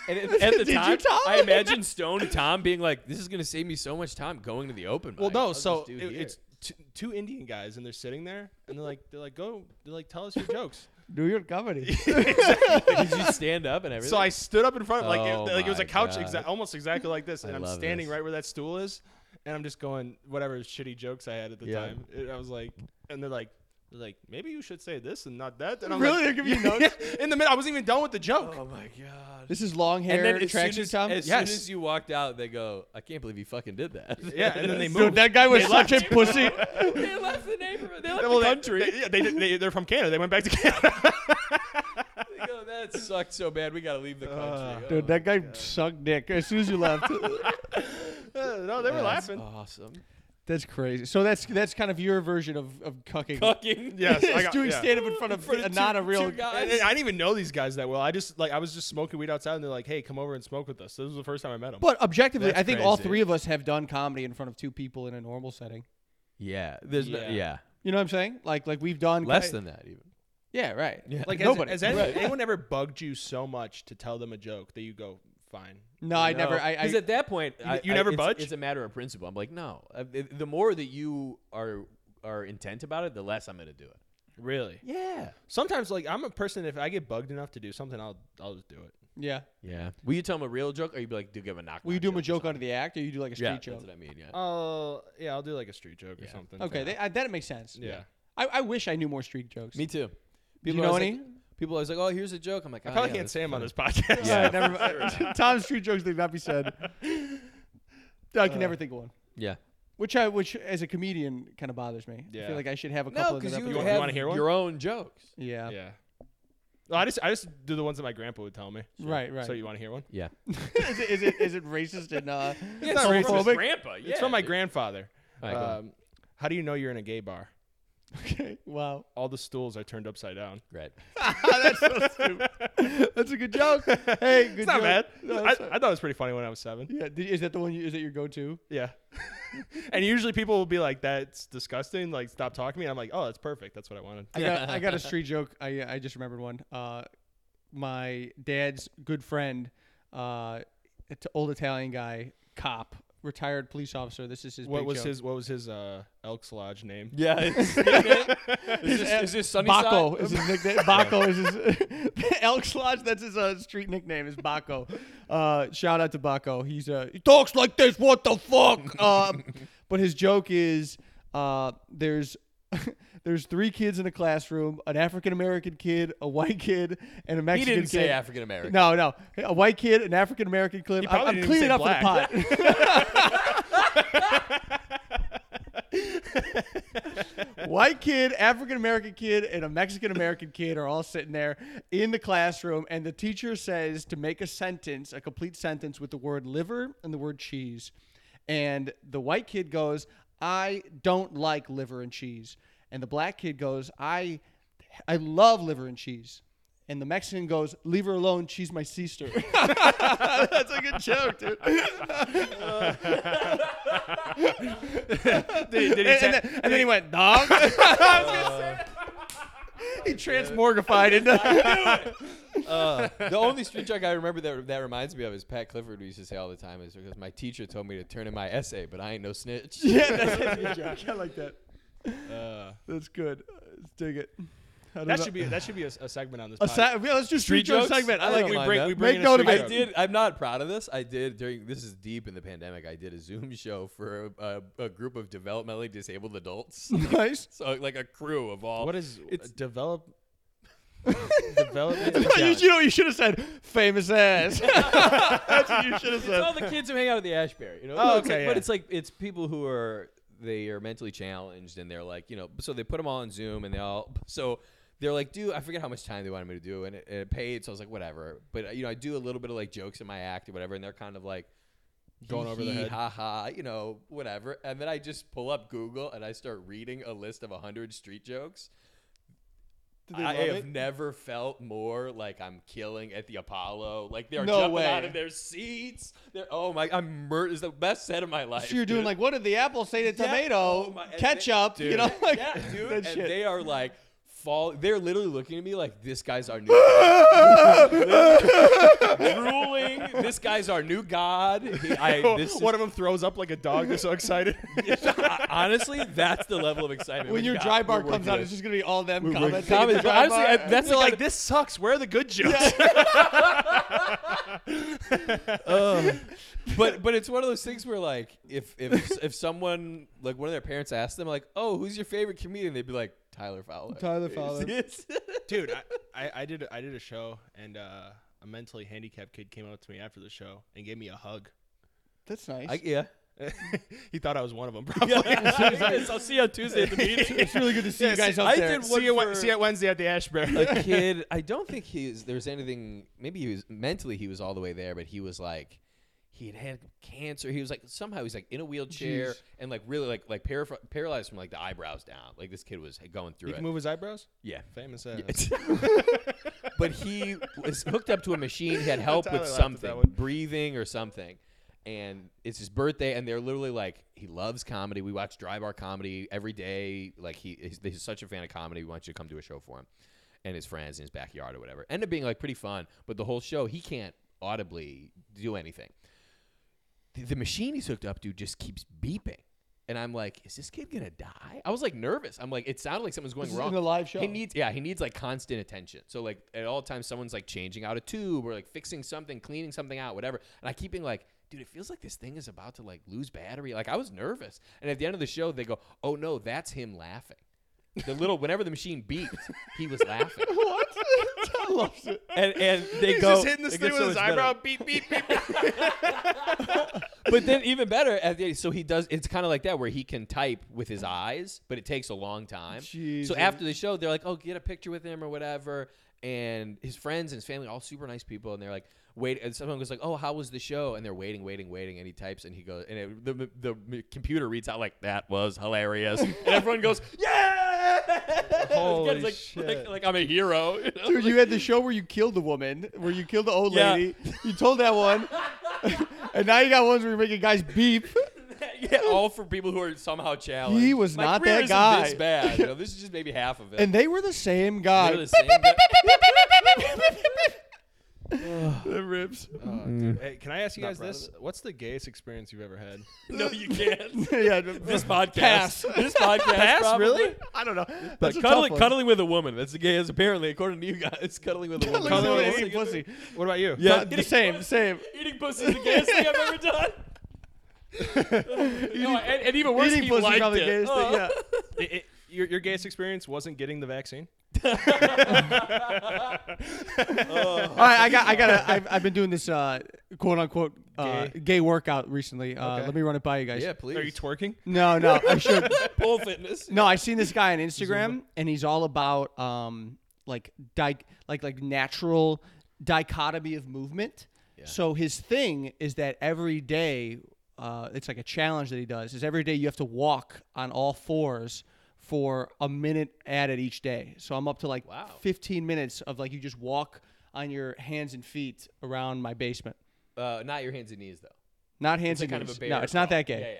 And at, at the Did you, time, Tom? I imagine Stone and Tom being like, "This is gonna save me so much time going to the open." well mic. I'll no just so do it- here." it's t- two indian guys and they're sitting there and they're like they're like go they're like tell us your jokes New York comedy. Did you stand up and everything? So I stood up in front of like Oh it, like it was my a couch God. exa- almost exactly like this, and I'm love standing this. right where that stool is, and I'm just going whatever shitty jokes I had at the time. It- I was like, and they're like, They're like, maybe you should say this and not that. And I'm Really? They're like, giving you yeah, in the minute, I wasn't even done with the joke. Oh my god. This is long hair And then as soon tracksuit as, Tom. as Yes. soon as you walked out, they go, "I can't believe you fucking did that." Yeah, and then they Dude, moved. that guy was such a pussy. they left the neighborhood. They left Well, the they- country. they- yeah, they, they, they're from Canada. They went back to Canada. They go, that sucked so bad. We got to leave the country. Oh, Dude, that guy sucked dick as soon as you left. no, they were laughing. awesome. that's crazy. So that's that's kind of your version of, of cucking. Fucking Yes, I got, doing yeah. stand up in front of, a- not a real. two guys. And- and I didn't even know these guys that well. I just like I was just smoking weed outside, and they're like, "Hey, come over and smoke with us." This was the first time I met them. But objectively, That's I think all crazy. three of us have done comedy in front of two people in a normal setting. Yeah, there's yeah. Yeah. yeah. You know what I'm saying? Like like we've done less than that even. yeah right Yeah. like like, has, nobody. has anyone, anyone ever bugged you so much to tell them a joke that you go, "Fine"? no, I never. I, Because I at that point, I- you I- never it's, budge? It's a matter of principle. I'm like, no. Uh, it- The more that you are are intent about it, the less I'm gonna do it. Really? Yeah. Sometimes, like, I'm a person. If I get bugged enough to do something, I'll I'll just do it. yeah. Yeah. Will you tell him a real joke, or you be like, do give him a knock? Will you do them a joke under the act, or you do like a street Yeah, joke? that's what I mean. Yeah. Oh, yeah, I'll do like a street joke or something. Okay, they, I, that makes sense. Yeah. I, I wish I knew more street jokes. Me too. Do you are know always any? Like, people are always like, oh, here's a joke. I'm like, I oh, probably yeah, can't that's say them on funny. this podcast. Yeah. Alright, never mind. Tom's street jokes need not be said. I can never think of one. Yeah. Which I, which as a comedian, kind of bothers me. I Yeah. feel like I should have a No, couple. because of you, You wanna- have you wanna hear one? your own jokes. yeah. Yeah. No, Oh, I just I just do the ones that my grandpa would tell me. Right, right. So you want to hear one? Yeah. is, it, is it is it racist and uh, It's not racist. homophobic? grandpa. Yeah, it's from my dude. grandfather. All right, go on. um, how do you know you're in a gay bar? Okay, wow, All the stools are turned upside down. Great. Ah, that's a good joke. Hey, good It's not joke. bad. No, I, I it's not- thought it was pretty funny when I was seven. yeah, did- is that the one? You, is that your go-to? Yeah. and usually people will be like, "That's disgusting." Like, stop talking to me. And I'm like, "Oh, that's perfect. That's what I wanted." I got I got a street joke. I I just remembered one. Uh, my dad's good friend, uh, it- old Italian guy, cop, retired police officer. This is his. What big was joke. his What was his uh, Elks Lodge name? Yeah. Is this, is this Sunnyside? Baco is his nickname. Baco is his Elks Lodge. That's his uh, street nickname. Is Baco. Uh, shout out to Baco. He's uh, he talks like this. What the fuck? Uh, but his joke is uh, there's. There's three kids in a classroom: an African American kid, a white kid, and a He Mexican didn't say kid. African American. No, no. A white kid, an African American kid. I'm, probably I'm didn't cleaning even up say the pot. white kid, African American kid, and a Mexican American kid are all sitting there in the classroom, and the teacher says to make a sentence, a complete sentence, with the word liver and the word cheese. And the white kid goes, I don't like liver and cheese. And the black kid goes, I I love liver and cheese. And the Mexican goes, Leave her alone, she's my sister. That's a good joke, dude. did, did he And, say- and then, and then he went, dog. I was gonna say- he transmorgified into. Uh, the only street joke I remember that that reminds me of is Pat Clifford. We used to say all the time is because my teacher told me to turn in my essay, but I ain't no snitch. yeah, that's, that's a good joke. I like that. Uh, That's good. Let's dig it. I don't that know. should be that should be a, a segment on this. A podcast. se- yeah, let's do street, Street joke jokes? segment. I I like don't it. we mind bring that. we bring Make in note a of it. street I joke. did. I'm not proud of this. I did during this is deep in the pandemic. I did a Zoom show for a, a, a group of developmentally disabled adults. Nice. so like a crew of all. What is It's- it's develop? development. You, you know what you should have said? Famous ass. That's what you should have It's said. all the kids who hang out at the Ashbury, you know. Oh, No, it's okay, like- But yeah. it's like it's people who are they are mentally challenged, and they're like, you know, so they put them all on Zoom, and they all so they're like, do I forget how much time they wanted me to do, and it, it paid, so I was like, whatever. But uh, you know, I do a little bit of like jokes in my act or whatever, and they're kind of like. Going over their hee, head. ha ha, you know, whatever. And then I just pull up Google and I start reading a list of hundred street jokes. they I love have it? never felt more like I'm killing at the Apollo. Like they're No jumping way. out of their seats. They're oh my, I'm mur- is the best set of my life. So you're doing dude. like, what did the apple say to Yeah, tomato? oh my- and they- Ketchup, you know? Like, yeah, dude. that and shit. they are like fall. They're literally looking at me like this guy's our new ruling. This guy's our new god. He- I, this is- One of them throws up like a dog. They're so excited. honestly, that's the level of excitement. when we your got. dry bar We're comes working out, it. it's just gonna be all them working comments. it. Comments, Comments, but honestly, I- that's that's the like, kind like this sucks. Where are the good jokes? Um, but but it's one of those things where like if if if someone like one of their parents asked them like oh who's your favorite comedian they'd be like Tyler Fowler. Tyler Fowler. It's- dude I, I, I did i did a show and uh, a mentally handicapped kid came up to me after the show and gave me a hug That's nice. I, yeah. he thought i was one of them probably I'll see you on Tuesday at the meeting. it's really good to see you guys out I there. did one see, you, Wed- for- see you at wednesday at the ashbury a kid. I don't think he was, there was anything. Maybe he was mentally he was all the way there, but he was like he had had cancer. He was like somehow he's like in a wheelchair Jeez. and like really like like paraphr- paralyzed from like the eyebrows down. Like this kid was going through he it. can move his eyebrows Yeah. famous uh, but he was hooked up to a machine. He had help Tyler with laughed at something, that one. breathing or something. And it's his birthday, and they're literally like, he loves comedy. We watch Dry Bar comedy every day. Like he, he's, he's such a fan of comedy. We want you to come do a show for him, and his friends in his backyard or whatever. Ended up being like pretty fun, but the whole show he can't audibly do anything the, the machine he's hooked up to just keeps beeping. And I'm like, is this kid gonna die? I was like nervous. I'm like, it sounded like something's going This is wrong. in a live show. He needs, yeah, he needs like constant attention. So like at all times, someone's like changing out a tube or like fixing something, cleaning something out, whatever. And I keep being like, dude, it feels like this thing is about to like lose battery. Like I was nervous. And at the end of the show, they go, oh no, that's him laughing. The little whenever the machine beeped, he was laughing. what? I loves it. And and they he's go just hitting this it thing gets with so his much better eyebrow beep beep beep but then even better at the so he does it's kind of like that where he can type with his eyes but it takes a long time Jesus. so after the show they're like oh get a picture with him or whatever and his friends and his family all super nice people and they're like wait and someone goes like oh how was the show and they're waiting waiting waiting and he types and he goes and it, the, the m- computer reads out like that was hilarious and everyone goes yeah Holy It's like, like, like i'm a hero you know? Dude, you had the show where you killed the woman, where you killed the old Yeah. lady. You told that one. and now you got ones where you're making guys beep. yeah, all for people who are somehow challenged He was My not career that isn't guy. this bad you know this is just maybe half of it And they were the same They're guy. the same guy. That rips. Oh, mm. hey can i ask you guys this what's the gayest experience you've ever had no, you can't. yeah, This podcast. Pass. This podcast. probably. really? I don't know. That's a But tough cuddling, one. cuddling with a woman. That's the gayest, apparently, according to you guys. Cuddling with a woman. Cuddling with a Cuddling woman. pussy. what about you Yeah. Uh, the same, same. Eating pussy is the gayest thing I've ever done. no, and, and even worse, Eating he pussy liked probably it. gayest thing, Oh. Uh-huh. yeah. It- it- your, your gayest experience wasn't getting the vaccine All right, I got, I got. I've, I've been doing this uh, quote unquote uh, gay. Gay. workout recently. Uh, Let me run it by you guys. yeah please are you twerking No, no, I should. Pole fitness. No, I seen this guy on Instagram, and he's all about um like di- like like natural dichotomy of movement. So his thing is that every day, uh, it's like a challenge that he does. Is every day you have to walk on all fours for a minute added each day. So I'm up to like 15 minutes of like you just walk on your hands and feet around my basement. Uh, not your hands and knees though. Not hands It's like and kind of knees. a bear no, it's not crawl. that gay.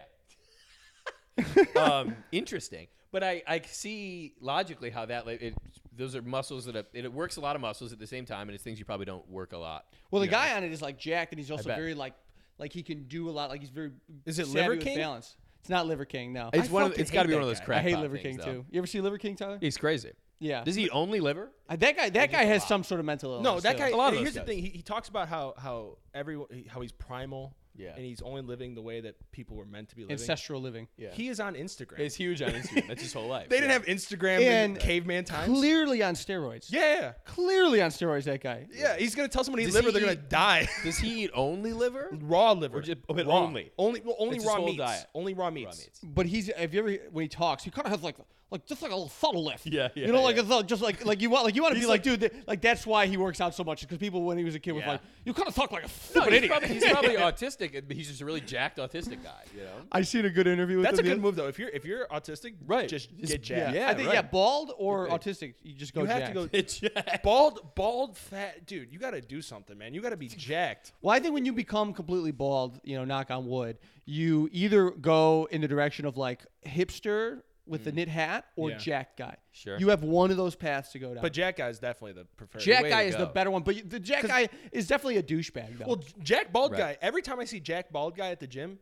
Yeah, yeah. um, interesting, but I, I see logically how that like, it, those are muscles that it, it works a lot of muscles at the same time, and it's things you probably don't work a lot. Well, the you know. guy on it is like jacked, and he's also bet. very like like he can do a lot. Like he's very Is it savvy Liver with King? Balance. It's not Liver King. No, it's I, one. Of, fucking it's got to hate be that one of those guy. I crap. hate pot Liver King things, though. too. You ever see Liver King, Tyler? He's crazy. Yeah. Does he eat only liver? Uh, that guy. That guy has some sort of mental illness. Oh, No, that too. guy. A lot of here's those the thing. He, he talks about how how everyone how he's primal. Yeah. And he's only living the way that people were meant to be living. Ancestral living. Yeah. He is on Instagram. He's huge on Instagram. That's his whole life. they didn't have Instagram in And caveman times. Clearly on steroids. yeah. Clearly on steroids. That guy. Yeah. He's gonna tell somebody Does his liver, he they're gonna eat- die. Does he eat only liver? raw liver. just- but raw. only. Only well, only It's his raw whole meats. diet. Only raw Raw meats. meats. But he's if you ever when he talks, he kind of has like like just like a little subtle lift. Yeah, yeah, You know, like yeah. it's like- just like like you want like you want to be He's like, dude, th- like that's why he works out so much because people when he was a kid were Yeah. like, you kind of talk like a No, stupid he's idiot. probably, he's probably autistic. but He's just a really jacked autistic guy. You know. I seen a good interview with That's a him the good other- move though. If you're if you're autistic, Right. Just Just- get jacked. yeah. I think right. yeah, bald or autistic, you just go. You have jacked. to go It's jacked. bald, bald, fat dude. You gotta do something, man. You gotta be jacked. Well, I think when you become completely bald, you know, knock on wood, you either go in the direction of like hipster with the knit hat or Yeah. jacked guy. Sure. You have one of those paths to go down. But Jack guy is definitely the preferred. Jack way guy to is the go. better one, but you- the Jack guy is definitely a douchebag though. Well, J- Jack Bald Right. guy. Every time I see Jack Bald guy at the gym,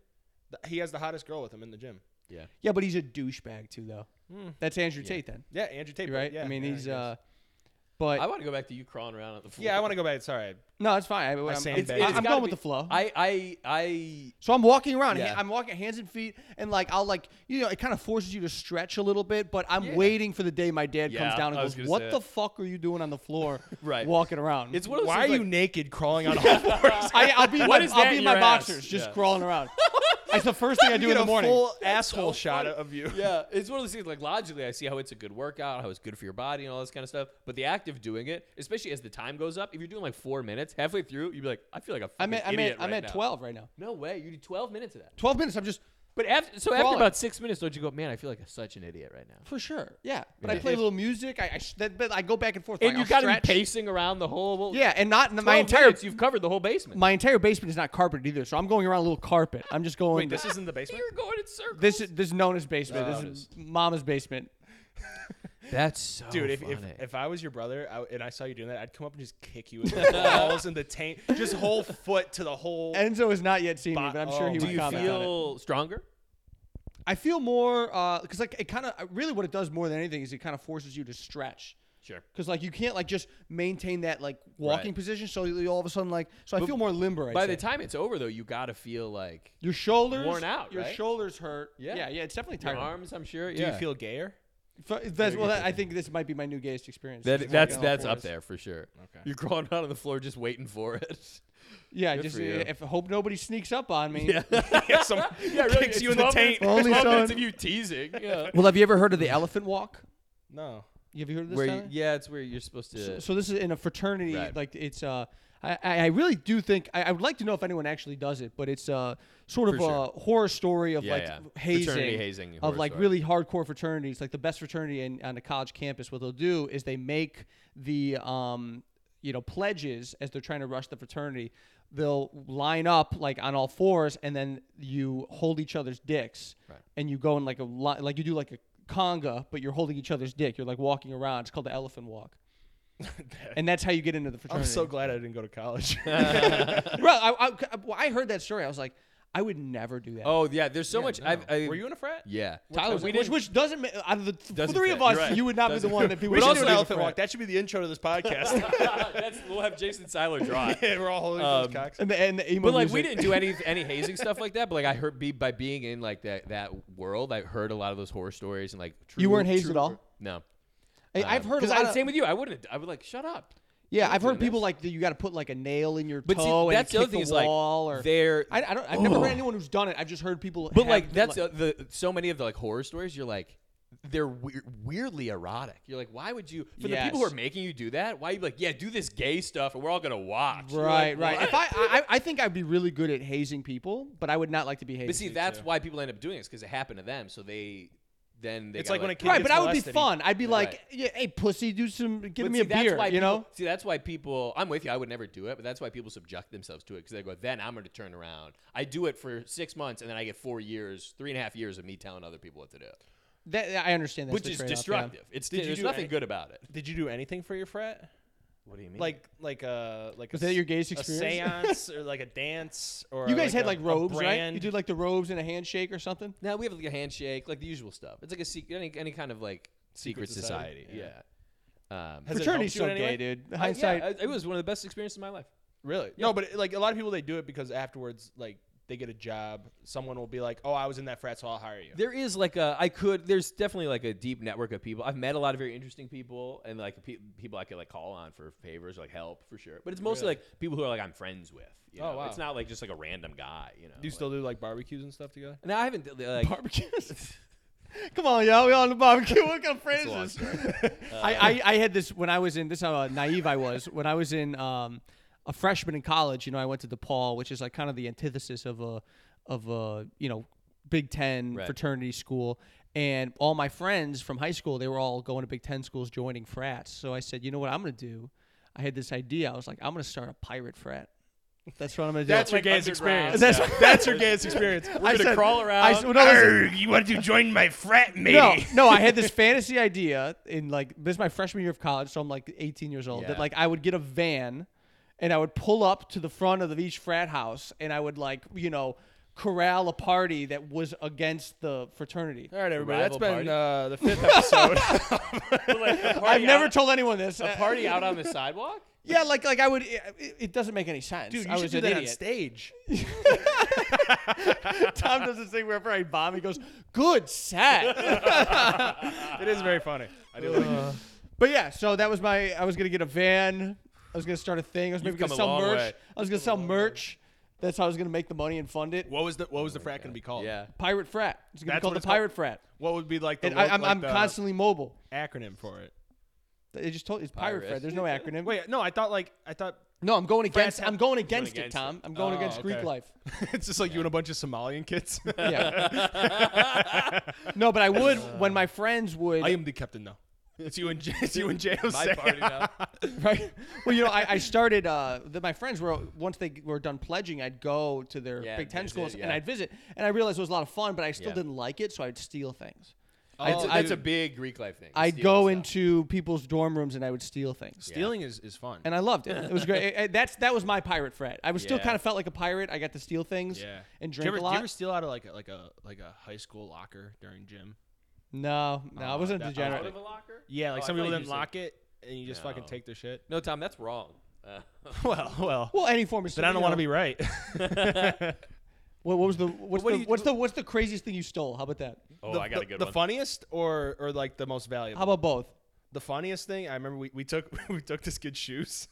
th- he has the hottest girl with him in the gym. yeah, but he's a douchebag too though. That's Andrew Tate then, Yeah, Andrew Tate. right? Yeah, I mean, yeah, he's guess. uh But I want to go back to you crawling around on the floor. Yeah, I want to go back. Sorry. no, it's fine. I, am sandbagged. It's- I'm gotta going with be- the flow. I I I So I'm walking around. Yeah. I'm walking hands and feet, and like I'll like you know it kind of forces you to stretch a little bit. But I'm Yeah. waiting for the day my dad comes Yeah, down and I was goes, gonna "What say the that. fuck are you doing on the floor? Right. walking around? it's one of those Why are things, you like, naked crawling on all fours? I, I'll be in my, is I'll that be in in my your ass? boxers, just Yeah. crawling around. It's the first thing I do in get the a morning. full asshole shot funny. of you. yeah, it's one of those things. Like logically, I see how it's a good workout, how it's good for your body, and all this kind of stuff. But the act of doing it, especially as the time goes up, if you're doing like four minutes, halfway through, you'd be like, I feel like a I'm at, fucking I'm idiot at, I'm right at now. 12 right now. No way, you did 12 minutes of that. 12 minutes. I'm just But after, so Crawling. after about six minutes, don't you go, man? I feel like such an idiot right now. for sure. Yeah, but I Yeah. play a little music. I I, sh- that, but I go back and forth. And like, you I'll got to be stretch. pacing around the whole. Yeah, and not my 12 entire minutes, you've covered the whole basement. my entire basement is not carpeted either. So I'm going around a little carpet. I'm just going. Wait, this isn't the basement. You're going in circles. This is this is known as basement. Oh. this is mama's basement. that's so Dude, if, funny. if, if I was your brother I, and I saw you doing that, I'd come up and just kick you in the balls and the taint, just whole foot to the whole. Enzo has not yet seen me, Bo- but I'm sure oh he my would you comment on it. feel stronger? I feel more because like it kind of really what it does more than anything is it kind of forces you to stretch. Sure. Because like you can't like just maintain that like walking Right. position, so you all of a sudden like so I feel more limber. I'd By say. the time it's over, though, you got to feel like your shoulders worn out, your right? shoulders hurt. Yeah. yeah, yeah. It's definitely your tired. arms. I'm sure. Do you feel gayer? F- that's, well, that, I think this might be my new gayest experience. That, Just that's walking on all that's up fours. there for sure. Okay. You're crawling out on the floor just waiting for it. Yeah, Good just for you. if hope nobody sneaks up on me. yeah, some, kicks you in the taint. Only 12 minutes son. of you teasing. Yeah. Well, have you ever heard of the elephant walk? No. Have you heard of this? where Tyler? you, yeah, it's where you're supposed So, to. so this is in a fraternity. Right. Like it's uh, I, I I really do think I, I would like to know if anyone actually does it, but it's uh sort of For sure. a horror story of Yeah, like yeah. hazing, Fraternity hazing of horror like story. really hardcore fraternities. Like the best fraternity in, on a college campus, what they'll do is they make the um you know pledges as they're trying to rush the fraternity. They'll line up like on all fours, and then you hold each other's dicks, Right. and you go in like a li- like you do like a conga, but you're holding each other's dick. You're like walking around. It's called the elephant walk and that's how you get into the I'm fraternity. so glad I didn't go to college. Bro, I, I- well, I heard that story. I was like, I would never do that. oh yeah, there's so much. I've, I, Were you in a frat? Yeah. Tyler, was- which, which doesn't ma- out of the th- Doesn't three fit. of us, You're right. you would not be the one that people. We should would do an leave a elephant frat. walk. That should be the intro to this podcast. that's, we'll have Jason Seiler draw. it. Yeah, We're all holding those cocks. And the, and the emo But like we music. didn't do any any hazing stuff like that. But like I heard be by being in like that that world, I heard a lot of those horror stories and like true, You weren't hazed true- at all? No, I, have heard a because lot. I'm Of, same with you. I wouldn't. I would like shut up. yeah, I've heard doing people this. like that you got to put like a nail in your But see, toe that's the and other kick thing is, like, wall or they're- I, I don't. I've never Ugh. heard anyone who's done it. I've just heard people. But have like the- that's uh, the so many of the like horror stories. You're like they're weir- weirdly erotic. You're like, why would you? For the people who Yes. are making you do that, why you be like, yeah, do this gay stuff, and we're all gonna watch. You're right, like, right. what? If I, I, I think I'd be really good at hazing people, but I would not like to be hazed. but see, that's why people end up doing this because it happened to them. So they then they It's got, like when a kid right, gets but I would be molested, he- fun. I'd be like, Right. yeah, hey, pussy, do some, give But me see, a beer, why you people- know. See, that's why people. I'm with you. I would never do it, but that's why people subject themselves to it because they go, "Then I'm going to turn around. I do it for six months, and then I get four years, three and a half years of me telling other people what to do, That I understand. That's which the is trade-off, yeah. destructive. It's Did you there's do nothing any- good about it. Did you do anything for your frat? What do you mean? Like, like a like. Was a, that s- your gayest a experience? seance or like a dance or. You guys had a- like a robes, right? You brand? did like the robes and a handshake or something. now we have like a handshake, like the usual stuff. It's like a secret, any, any kind of like secret, society, society. Yeah. Um, Has it Fraternity's so helped you in any gay, way? dude. I- yeah, Hindsight. I- it was one of the best experiences of my life. Really? No, but like a lot of people, they do it because afterwards, like they get a job. Someone will be like, "Oh, I was in that frat, so I'll hire you." There is like a I could there's definitely like a deep network of people. I've met a lot of very interesting people and like pe- people I could like call on for favors, like help for sure. But it's mostly like people who are like I'm friends with. You know? Oh, wow. It's not like just like a random guy. You know. Do you still do like barbecues and stuff together? No, I haven't like. barbecues. Come on, y'all. We on the barbecue. What kind of phrase is It's a this? I, I, I had this when I was in this. is How uh, naive I was when I was in um, a freshman in college. You know, I went to DePaul, which is like kind of the antithesis of a of a you know Big Ten Right. fraternity school. And all my friends from high school, they were all going to Big Ten schools, joining frats. So I said, you know what I'm gonna do? I had this idea. I was like, I'm gonna start a pirate frat. That's what I'm gonna do. That's your gayest experience. That's- that's your gayest experience. I gonna said- crawl I s- around. no, listen. you want to join my frat, mate? No, no, I had this fantasy idea in like this is my freshman year of college, so I'm like 18 years old. That Yeah. like I would get a van, and I would pull up to the front of each frat house, and I would like you know corral a party that was against the fraternity. All right, everybody. That's Rival been uh, the fifth episode. like, the party I've never out- told anyone this. Uh, A party out on the sidewalk? Yeah, like like I would. It, it doesn't make any sense. Dude, you I should was do an that on idiot. stage. Tom does this thing where after I bomb, he goes, "Good set." It is very funny. I do like it. but yeah, so that was my. I was gonna get a van. I was gonna start a thing. I was maybe come gonna a sell long merch. way. I was gonna sell merch. That's how I was gonna make the money and fund it. What was the What was the frat gonna be called? Yeah. Pirate frat. It's gonna be That's what called the it's called? pirate frat. What would be like the, And lo- I, I'm, like I'm the constantly mobile. acronym for it. I just told you it's pirate, Pirate. frat. There's no acronym. Wait, no, I thought like I thought no, I'm going against. have- I'm going against, against it, Tom. I'm going Oh, against Greek okay. life. it's just like you and a bunch of Somalian kids. Yeah. no, but I would when my friends would. I am the captain now. it's you and J- it's you and JOC. My party now. right? Well, you know, I, I started. Uh, the, my friends were once they were done pledging, I'd go to their Yeah, Big Ten visit, schools and yeah. I'd visit, and I realized it was a lot of fun, but I still Yeah. didn't like it, so I'd steal things. That's, I'd, a, I'd, that's a big Greek life thing. I'd stealing go stuff. into people's dorm rooms and I would steal things, Stealing is, is fun. and I loved it. It was great. I- I- that's that was my pirate frat. I was still Yeah. kind of felt like a pirate. I got to steal things yeah. and Do drink you, ever, a do you lot. ever steal out of like a like a like a high school locker during gym? no, no, I Oh, wasn't that- degenerate. Out Out of of a locker? Yeah, like Oh, I some thought people you didn't said- lock it and you just fucking No. take their shit. No, Tom, that's wrong. Uh, well, well. well, any form of. Then I don't want to be right. What, what was the what's What do the you- what's the what's the craziest thing you stole? How about that? oh, the, I got the, a good The one. funniest or or like the most How valuable? about both? the funniest thing I remember we, we took we took this kid's shoes.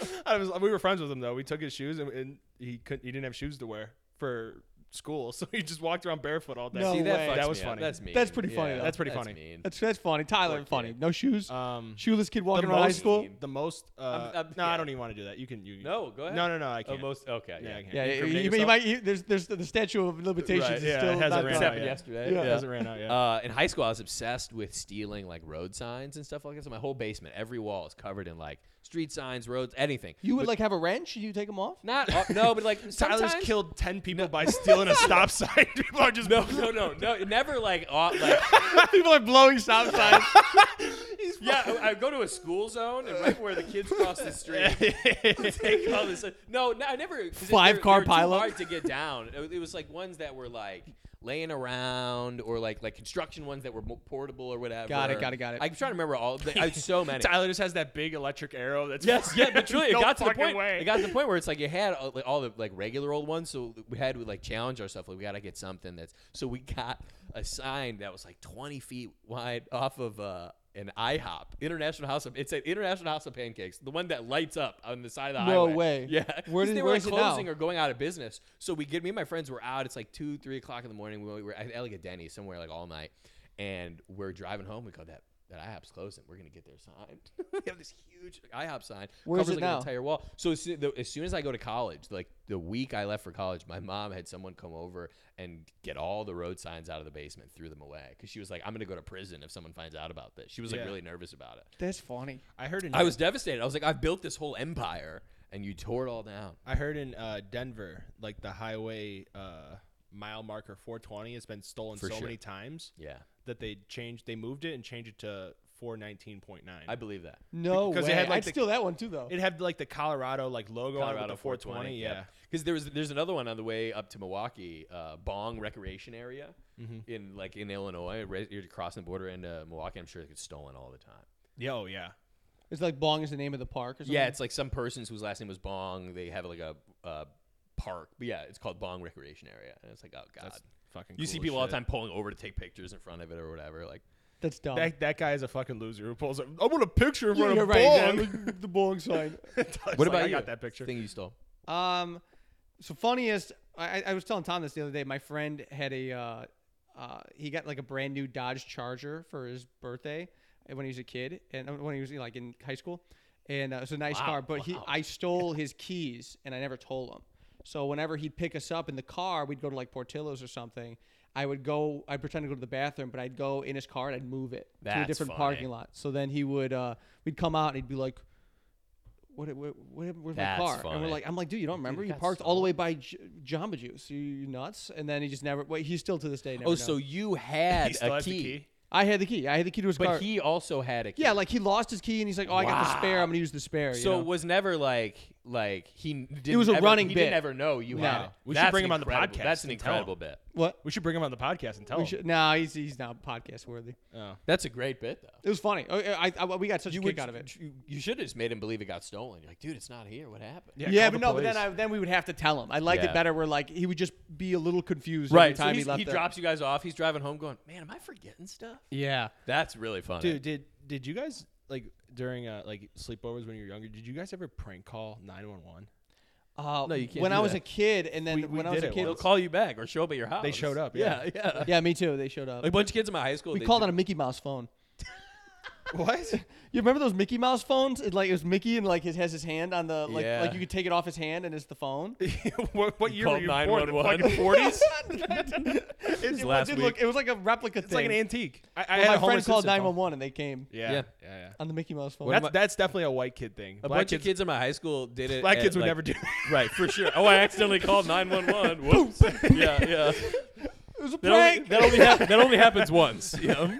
I was we were friends with him though. We took his shoes and, and he couldn't he didn't have shoes to wear for school, so he just walked around barefoot all day. No See, that, way. fucks That me was up. funny. That's mean. That's pretty funny, though. That's pretty funny. mean. That's that's funny. Tyler, Poor funny. kid. No shoes. um Shoeless kid the walking around high most, school. the most uh, I'm- I'm- No, yeah. I don't even want to do that. You can you No, go ahead. No, no, no, I Oh, can't. most okay. Yeah, Yeah, I can't. Yeah, you, Incriminate you, you yourself? might. You, there's there's the statue of limitations Right, is yeah, it still hasn't not gone. ran out happened yeah. yesterday. Yeah. It hasn't ran out yet. Uh, in high school, I was obsessed with stealing like road signs and stuff like that. So my whole basement, every wall is covered in like street signs, roads, anything. You would like have a wrench? You take them off? Not uh, no, but like Tyler's sometimes- killed ten people by stealing a stop sign. People are just No, no, no, no. Never like, uh, like People are blowing stop signs. yeah. I, I go to a school zone and right where the kids cross the street, take all this. No, no, I never. 'cause it- Five they're- car they're too pileup. Hard to get down. It, it was like ones that were like laying around or like like construction ones that were mo- portable or whatever. Got it, got it, got it. I'm trying to remember all. I had so many. Tyler just has that big electric arrow that's Yes, yeah, but truly, it No got to the fucking point. way. It got to the point where it's like you had all, like, all the like regular old ones, so we had to like challenge ourselves. Like we gotta get something that's. So we got a sign that was like 20 feet wide off of uh, an IHOP, International House of. It said International House of Pancakes, the one that lights up on the side of the No highway. way. Yeah, Where 'Cause did- they where were like is it now? closing or going out of business. So we get me and my friends were out. It's like two, three o'clock in the morning. We were at like a Denny somewhere like all night, and we're driving home. We go that. That IHOP's closing. We're gonna get their sign. we have this huge IHOP sign. Where is covers it like now? an entire wall. So as soon, the, as soon as I go to college, like the week I left for college, my mom had someone come over and get all the road signs out of the basement, threw them away because she was like, "I'm gonna go to prison if someone finds out about this." She was Yeah. like really nervous about it. That's funny. I heard in I was devastated. I was like, "I've built this whole empire, and you tore it all down." I heard in uh, Denver, like the highway uh, mile marker 420 has been stolen For so sure. many times Yeah, that they changed, they moved it and changed it to 419.9. I believe that. No Because it way. had, like, I'd the- steal that one too, though. it had like the Colorado like logo on it with Colorado the 420. Yeah. because there was there's another one on the way up to Milwaukee, uh, Bong Recreation Area Mm-hmm. in like in Illinois, right, you're crossing the border into Milwaukee. I'm sure it gets stolen all the time. Yeah. Oh yeah. it's like Bong is the name of the park. Or something. Yeah, it's like some person's whose last name was Bong. They have like a uh, park, but yeah, it's called Bong Recreation Area, and it's like, oh god, That's fucking. you see cool people all the shit. time pulling over to take pictures in front of it or whatever. Like, that's dumb. That, that guy is a fucking loser who pulls up. I want a picture in You- front you're of right. yeah, Bong. with the Bong sign. Tyler's what like, about I you? got that picture. Thing you stole? Um, so funniest. I, I- I was telling Tom this the other day. My friend had a. Uh, uh, he got like a brand new Dodge Charger for his birthday when he was a kid, and uh, when he was like in high school, and uh, it was a nice Wow, car. But he, I stole his keys, and I never told him. So whenever he'd pick us up in the car, we'd go to like Portillo's or something. I would go. I'd pretend to go to the bathroom, but I'd go in his car and I'd move it to a That's different funny. parking lot. So then he would. Uh, we'd come out and he'd be like, "What? What? what where's That's my car?" And we're funny. like. I'm like, dude, you don't remember? you parked all the way by J- Jamba Juice. You, you nuts? And then he just never. Wait, he's still to this day. Never Oh, knows. so you had He still a has the key, key? I had the key. I had the key to his but car. he also had a key. yeah, like he lost his key and he's like, oh, I got the spare. I'm gonna use the spare. you so know? it was never like like he n- didn't. was a ever- running he bit. Didn't ever know you had No. it. We should That's bring him on the incredible. podcast That's an and tell him. incredible bit. What? We should bring him on the podcast and tell We him. should, no, he's he's not podcast worthy. Oh. That's a great bit though. It was funny. Oh, I, I, we got such a kick out of it. You, should have just made him believe it got stolen. You're like, dude, it's not here. What happened? Yeah, but no, but then I, then we would have to tell him. I liked Yeah. it better where like he would just be a little confused every Right. time so he he's- left. he there. drops you guys off. He's driving home, going, "Man, am I forgetting stuff?" Yeah. That's really funny. Dude, did did you guys like during uh, like sleepovers when you were younger? Did you guys ever prank call nine one one? Uh, No, you can't when do I was that. a kid, and then We- we when I was did a it kid, They'll call you back or show up at your house. They showed up, yeah. yeah, yeah. yeah, me too. They showed up. Like a bunch of kids in my high school. we they called do- on a Mickey Mouse phone. What? You remember those Mickey Mouse phones? It, like it was Mickey, and like his has his hand on the like Yeah. like you could take it off his hand, and it's the phone. what what year were called you born? The 911. fucking forties? It's last it did week. Look, it was like a replica It's thing. like an antique. I, I Well, had my a Homer friend called Simpson phone. nine one one, and they came Yeah, Yeah. yeah, yeah. on the Mickey Mouse phone. What am That's that's definitely a white kid thing. A black bunch of kids in my high school did it. Black at, kids would like- never do. Right, for sure. Oh, I accidentally called 911. Whoops. yeah, yeah. it was a That only, prank. that, only hap- that only happens once. You know?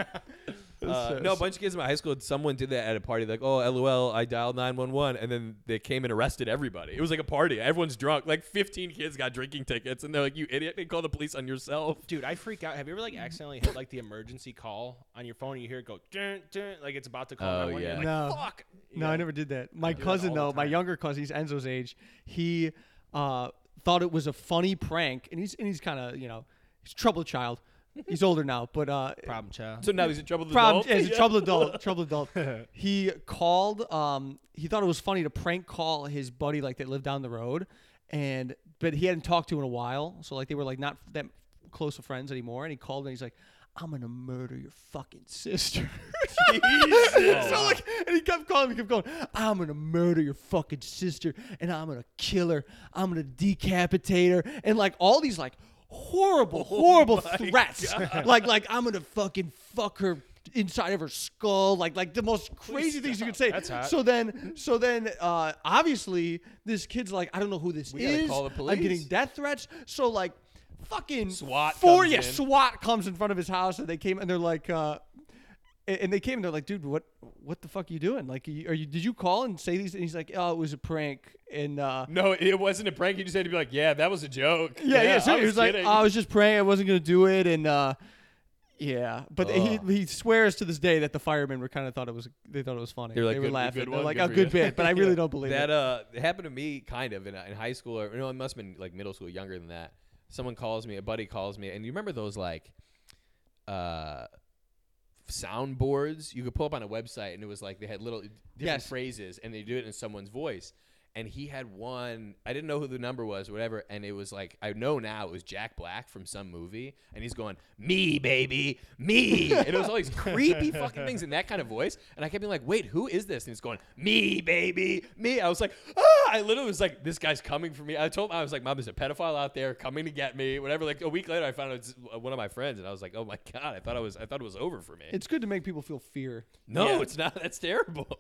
Uh, so- no, a bunch of kids in my high school, someone did that at a party. Like, oh, lol, I dialed 911. And then they came and arrested everybody. It was like a party. Everyone's drunk. Like 15 kids got drinking tickets. And they're like, you idiot. They call the police on yourself. Dude, I freak out. Have you ever like accidentally hit like the emergency call on your phone? and You hear it go, dun, dun, like it's about to call. Oh, 911. You're yeah. like, No. fuck. You No, I know? never did that. My do that cousin, all the though, my time. younger cousin, he's Enzo's age. He uh, thought it was a funny prank, and he's and he's kind of you know he's a troubled child. he's older now, but uh, Problem child. So now he's in trouble with the problem adult? is Yeah. a troubled adult. Troubled adult. he called. Um, he thought it was funny to prank call his buddy like that lived down the road, and but he hadn't talked to in a while, so like they were like not that close of friends anymore. And he called and he's like. I'm gonna murder your fucking sister. so like, and he kept calling, he kept going. I'm gonna murder your fucking sister, and I'm gonna kill her. I'm gonna decapitate her, and like all these like horrible, Oh horrible threats. Like, like I'm gonna fucking fuck her inside of her skull. Like, like the most crazy things you could say. That's hot. So then, so then, uh, obviously, this kid's like, I don't know who this gotta is. call the I'm getting police. death threats. So like. Fucking SWAT four, comes yeah, in. SWAT comes in front of his house, and they came and they're like, uh, and and they came and they're like, dude, what, what the fuck are you doing? Like, are you, are you- did you call and say these? And he's like, oh, it was a prank. And uh, No, it wasn't a prank. You just had to be like, yeah, that was a joke. yeah, yeah. so I he was like, kidding. "Oh, I was just praying. I wasn't gonna do it. And uh, yeah, but he, he swears to this day that the firemen were kind of thought it was they thought it was funny. They were like, were "Good- good laughing. They're one, like, good oh, for good you." bit. But I really don't believe it. that uh it happened to me kind of in, in high school or no it must have been like middle school younger than that someone calls me a buddy calls me and you remember those like uh soundboards you could pull up on a website and it was like they had little different Yes. phrases and they do it in someone's voice and he had one i didn't know who the number was whatever and it was like i know now it was jack black from some movie and he's going me baby me and it was all these creepy fucking things in that kind of voice and i kept being like wait who is this and he's going me baby me i was like ah! i literally was like this guy's coming for me i told him i was like mom there's a pedophile out there coming to get me whatever like a week later i found out it's uh, one of my friends and i was like oh my god i thought i was i thought it was over for me it's good to make people feel fear. no Yeah. it's not that's terrible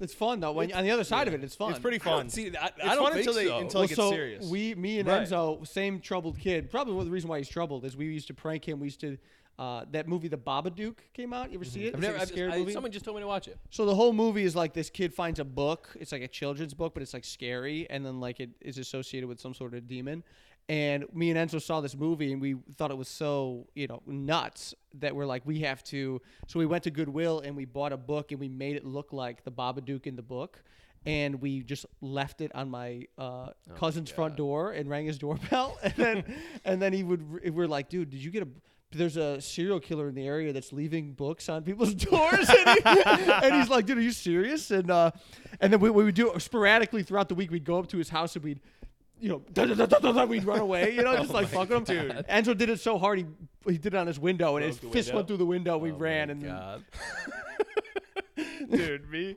It's fun though. When on the other side of it, it's fun. It's pretty I don't fun. see that. I It's don't fun think until they- so. until- it gets so serious. we, me and Right. Enzo, same troubled kid. Probably one of the reason why he's troubled is we used to prank him. We used to uh, that movie The Babadook came out. You ever see it? It's like Mm-hmm. I've never, a I've- scary I- movie. someone just told me to watch it. So the whole movie is like this kid finds a book. It's like a children's book, but it's like scary, and then like it is associated with some sort of demon. And me and Enzo saw this movie, and we thought it was so you know nuts that we're like we have to. So we went to Goodwill and we bought a book, and we made it look like the Babadook in the book. And we just left it on my Oh uh, cousin's front door and rang his doorbell, and then and then he would. We we're like, dude, did you get a? There's a serial killer in the area that's leaving books on people's doors, and, he- and he's like, "Dude, are you serious?" And uh, and then we, we would do it sporadically throughout the week. We'd go up to his house and we'd, you know, da, da, da, da, da, da, we'd run away, you know, just like Oh fuck him. Dude, Enzo did it so hard he he did it on his window, and his Broke the fist window. went through the window. We Oh my ran, and God. Dude, me.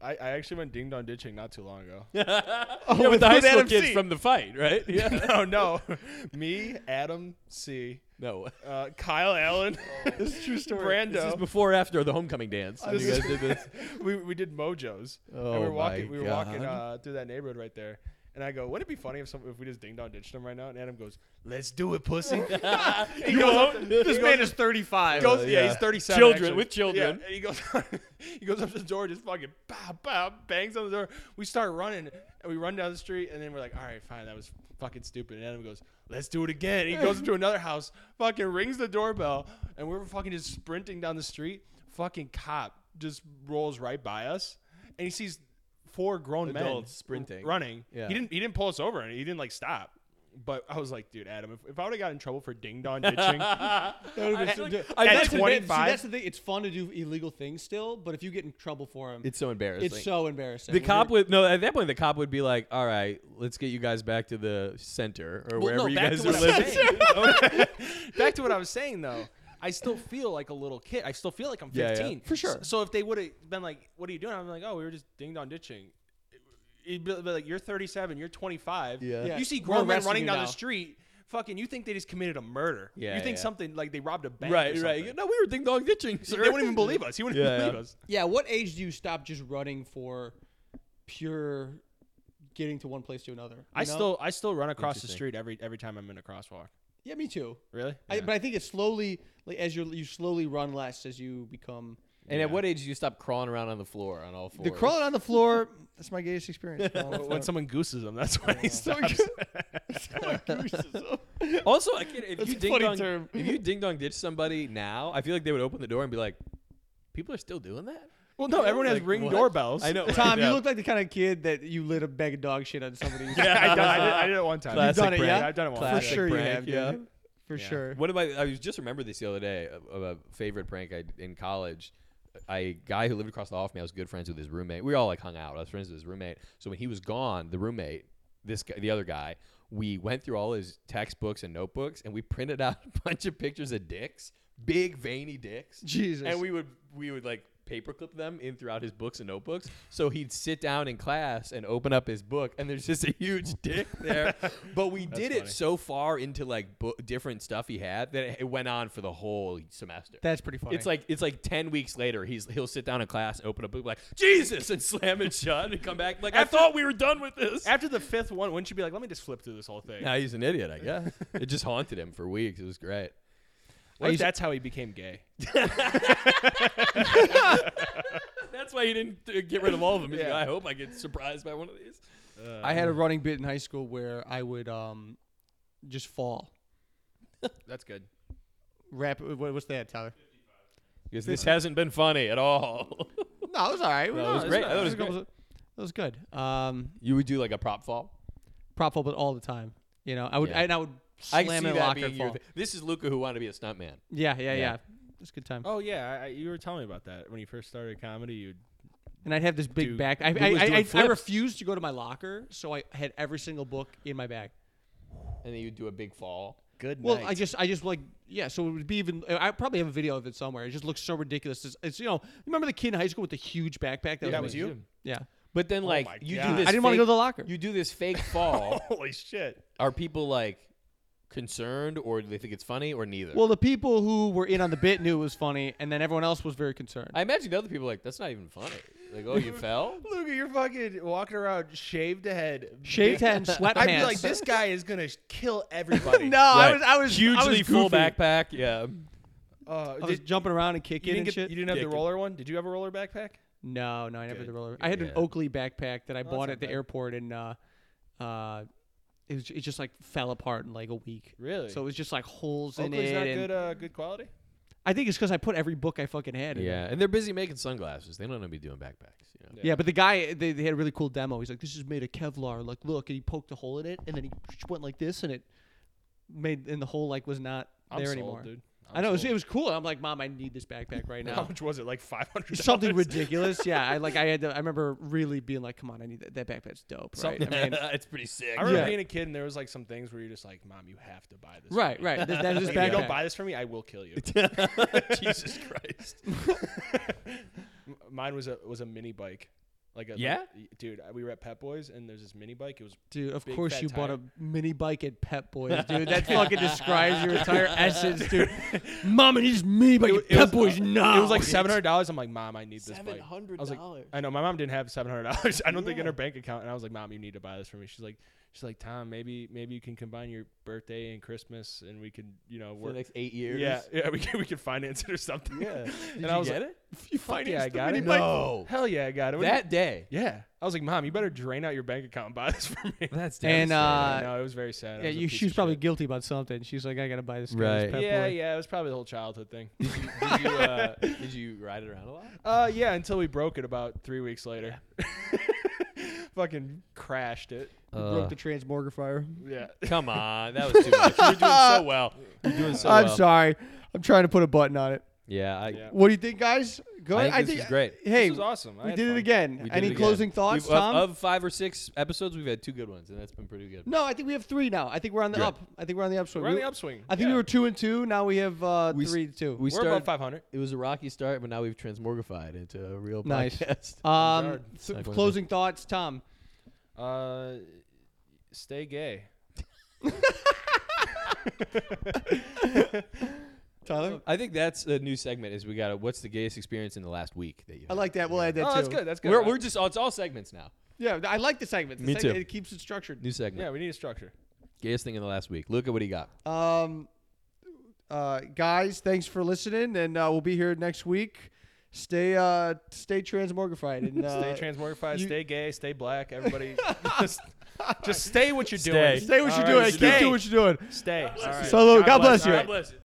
I, I actually went ding dong ditching not too long ago. oh, with the high school Adam kids C. from the fight, right? Yeah. no, no. Me, Adam C, no. uh, Kyle Allen, this is a true story. This is Brando. before or after the homecoming dance. When you guys did this. we, we did mojos. Oh and we were walking my we were walking God. uh, through that neighborhood right there. And I go, wouldn't it be funny if some, if we just ding dong ditched him right now? And Adam goes, let's do it, pussy. he goes, up to- this man is 35. goes- yeah, he's 37. Children, actually. with children. Yeah, and he goes, he goes up to the door, just fucking pow, pow, bangs on the door. We start running, and we run down the street, and then we're like, all right, fine, that was fucking stupid. And Adam goes, let's do it again. He goes into another house, fucking rings the doorbell, and we're fucking just sprinting down the street. Fucking cop just rolls right by us, and he sees four grown men Adults sprinting. running. Yeah. He didn't. He didn't pull us over, and he didn't like stop. But I was like, dude, Adam, if, if I would have got in trouble for ding dong ditching, I at just See, that's 25, the thing. It's fun to do illegal things still, but if you get in trouble for them, it's, It's so embarrassing. so embarrassing. the cop would no. At that point, the cop would be like, "All right, let's get you guys back to the center or Well, wherever no, you back guys to are what I'm living." saying. back to what I was saying though, I still feel like a little kid. I still feel like I'm Yeah, yeah. 15. For sure. So if they would have been like, what are you doing? I'm like, oh, we were just ding dong ditching. It'd be like, you're 37, you're 25. Yeah. Yeah. You see We're grown men arresting running you down now. the street. Fucking, you think they just committed a murder. Yeah, You think yeah. something like they robbed a bank. Right, or right. something. No, we were ding dong ditching. They Sir. wouldn't even believe us. He wouldn't Yeah, even believe yeah. us. Yeah, what age do you stop just running for pure getting to one place to another? you I know? still I still run across the Interesting. street every every time I'm in a crosswalk. Yeah, me too. Really? I, but I think it's slowly like as you you slowly run less as you become And at what age do you stop crawling around on the floor on all fours? the crawling on the floor. That's my gayest experience. crawling on the when floor. someone gooses them, that's when Oh. he stops. Also, I can't, if That's you a ding funny dong, term. if you ding dong ditch somebody now, I feel like they would open the door and be like, "People are still doing that." well, no, everyone has Like, ring what? doorbells. I know. right? Tom, Yeah. you look like the kind of kid that you lit a bag of dog shit on somebody's. yeah, I, done, I, did, I did it one time. Classic done it, prank. yeah? I've done it one for time. Classic sure you prank, have, yeah. dude. For sure. One of my, I was just remembered this the other day of, of a favorite prank I in college. I guy who lived across the hall from me. I was good friends with his roommate. We all like hung out. I was friends with his roommate. So when he was gone, the roommate, this guy, the other guy, we went through all his textbooks and notebooks, and we printed out a bunch of pictures of dicks, big veiny dicks. Jesus. And we would we would like paperclip them in throughout his books and notebooks. So he'd sit down in class and open up his book, and there's just a huge dick there. but we did it so far into like bo- different stuff he had that it, it went on for the whole semester. That's pretty funny. it's like it's like ten weeks later. He's he'll sit down in class and open a book like Jesus and slam it shut and come back like I thought we were done with this. After the fifth one, wouldn't you be like, let me just flip through this whole thing? Now he's an idiot, I guess. it just haunted him for weeks. It was great. What if used- that's how he became gay? That's why he didn't uh, get rid of all of them. He's like, I hope I get surprised by one of these. I had a running bit in high school where I would um just fall. That's good. Rap. What, what's that, Tyler? Because this hasn't been funny at all. No, it was all right. No, it was great. I thought it was good. It was good. Um, you would do like a prop fall. prop up all the time. You know, I would Yeah. and I would I slam see in that locker being and your fall. thi- This is Luca who wanted to be a stuntman. Yeah, yeah, yeah. Yeah. It was a good time. Oh yeah, I, I, you were telling me about that when you first started comedy. You And I'd have this big Dude, back. I, Luke I, was doing I, I, I flips. refused to go to my locker, so I had every single book in my bag. And then you'd do a big fall. good. Well, I just, I just like, yeah. So it would be even. I probably have a video of it somewhere. It just looks so ridiculous. It's, it's you know, remember the kid in high school with the huge backpack? That, That me? was you. Yeah. But then like my you do God. this I didn't want to fake- go to the locker. You do this fake fall. holy shit. Are people like concerned or do they think it's funny or neither? well, the people who were in on the bit knew it was funny, and then everyone else was very concerned. I imagine the other people are like, that's not even funny. Like, oh you fell? Luca, you're fucking walking around shaved head, Shaved head, and sweatpants. I'd be like, this guy is gonna kill everybody. No, I Right. was, I was I was Hugely full goofy. backpack, yeah. Uh, Oh, I was did- jumping around and kicking you didn't and get shit. you didn't have the Dick. roller one. Did you have a roller backpack? No, no, I never Good. did roller. I had an Yeah. Oakley backpack that I bought Oh, not at the bad. airport, and uh, uh, it was it just like fell apart in like a week. Really? So it was just like holes in Oakley's it. not and good. Uh, good quality. I think it's because I put every book I fucking had. In it. Yeah. And they're busy making sunglasses. They don't want to be doing backpacks. You know? Yeah, but the guy they, they had a really cool demo. He's like, "This is made of Kevlar. Like, look," and he poked a hole in it, and then he went like this, and it made and the hole like was not I'm there sold, anymore. dude. I know it was, it was cool. I'm like, "Mom, I need this backpack right How now." much was it? Like five hundred. Something ridiculous, yeah. I like. I had. To, I remember really being like, "Come on, I need that. That backpack's dope." Right? I mean, it's pretty sick. I remember Yeah. being a kid and there was like some things where you're just like, "Mom, you have to buy this." for Right, me." right. That, that is Like, if you backpack. don't buy this for me, I will kill you. Jesus Christ. M- Mine was a was a mini bike, Like a, Yeah? like- dude, I- we were at Pet Boys and there's this mini bike. It was Dude, of Big course fat you bought tire. a mini bike at Pet Boys, dude. That fucking describes your entire essence, dude. Mom, and this mini bike It- at it Pet was- uh, Boys now. it was like seven hundred dollars. I'm like, mom, I need this bike. hundred I was like, I know my mom didn't have seven hundred dollars. I don't think in her bank account. And I was like, Mom, you need to buy this for me. She's like, She's like, Tom, maybe maybe you can combine your birthday and Christmas, and we can you know for the work. next eight years. Yeah, yeah, we can we can finance it or something. Yeah. Did and you I was get like, it? You fuck financed yeah, I the got mini it. bike? Hell yeah, I got it. What do you- That day. yeah, I was like, Mom, you better drain out your bank account and buy this for me. That's And, uh, no, it was very sad. I Yeah, was a you, piece she was of probably shit. guilty about something. She's like, I gotta buy this guy's Right. Pep Yeah, Boy. yeah, it was probably the whole childhood thing. did, you, uh, did you ride it around a lot? Uh, yeah, until we broke it about three weeks later. Fucking crashed it. Uh, Broke the transmogrifier. Yeah. Come on, that was too much. You were doing so well. You're doing so I'm well. sorry. I'm trying to put a button on it. Yeah, I, Yeah. What do you think, guys? Go I ahead. think this is great. Hey, this was awesome. I we had did it fun. again. we did Any it again. closing thoughts, We've- of- Tom? Of, five or six episodes, we've had two good ones, and that's been pretty good. no, I think we have three now. I think we're on the Good. up. I think we're on the upswing. We're on We- the upswing. I think Yeah. we were two and two. Now we have uh, We s- three to two. We We're above started. 500. It was a rocky start, but now we've transmorgified into a real Nice. podcast. um, Bizarre. th- Like one of closing thoughts, Tom. Uh, stay gay. Tyler, I think that's a new segment. Is we got a, what's the gayest experience in the last week that you? I had? like that. We'll add that oh, too. that's good. That's good. We're, we're just oh, it's all segments now. Yeah, I like the segment. The Me segment- too. It keeps it structured. New segment. yeah, we need a structure. Gayest thing in the last week. Look at what he got. Um, uh, guys, thanks for listening, and uh, we'll be here next week. Stay, uh, stay transmogrified and uh, Stay transmorgified. you- stay gay. Stay black. Everybody, just, just stay what you're Stay. doing. Stay what All you're right, doing. stay. Keep doing what you're doing. Stay. All right. Salute. God bless you. All right. bless you.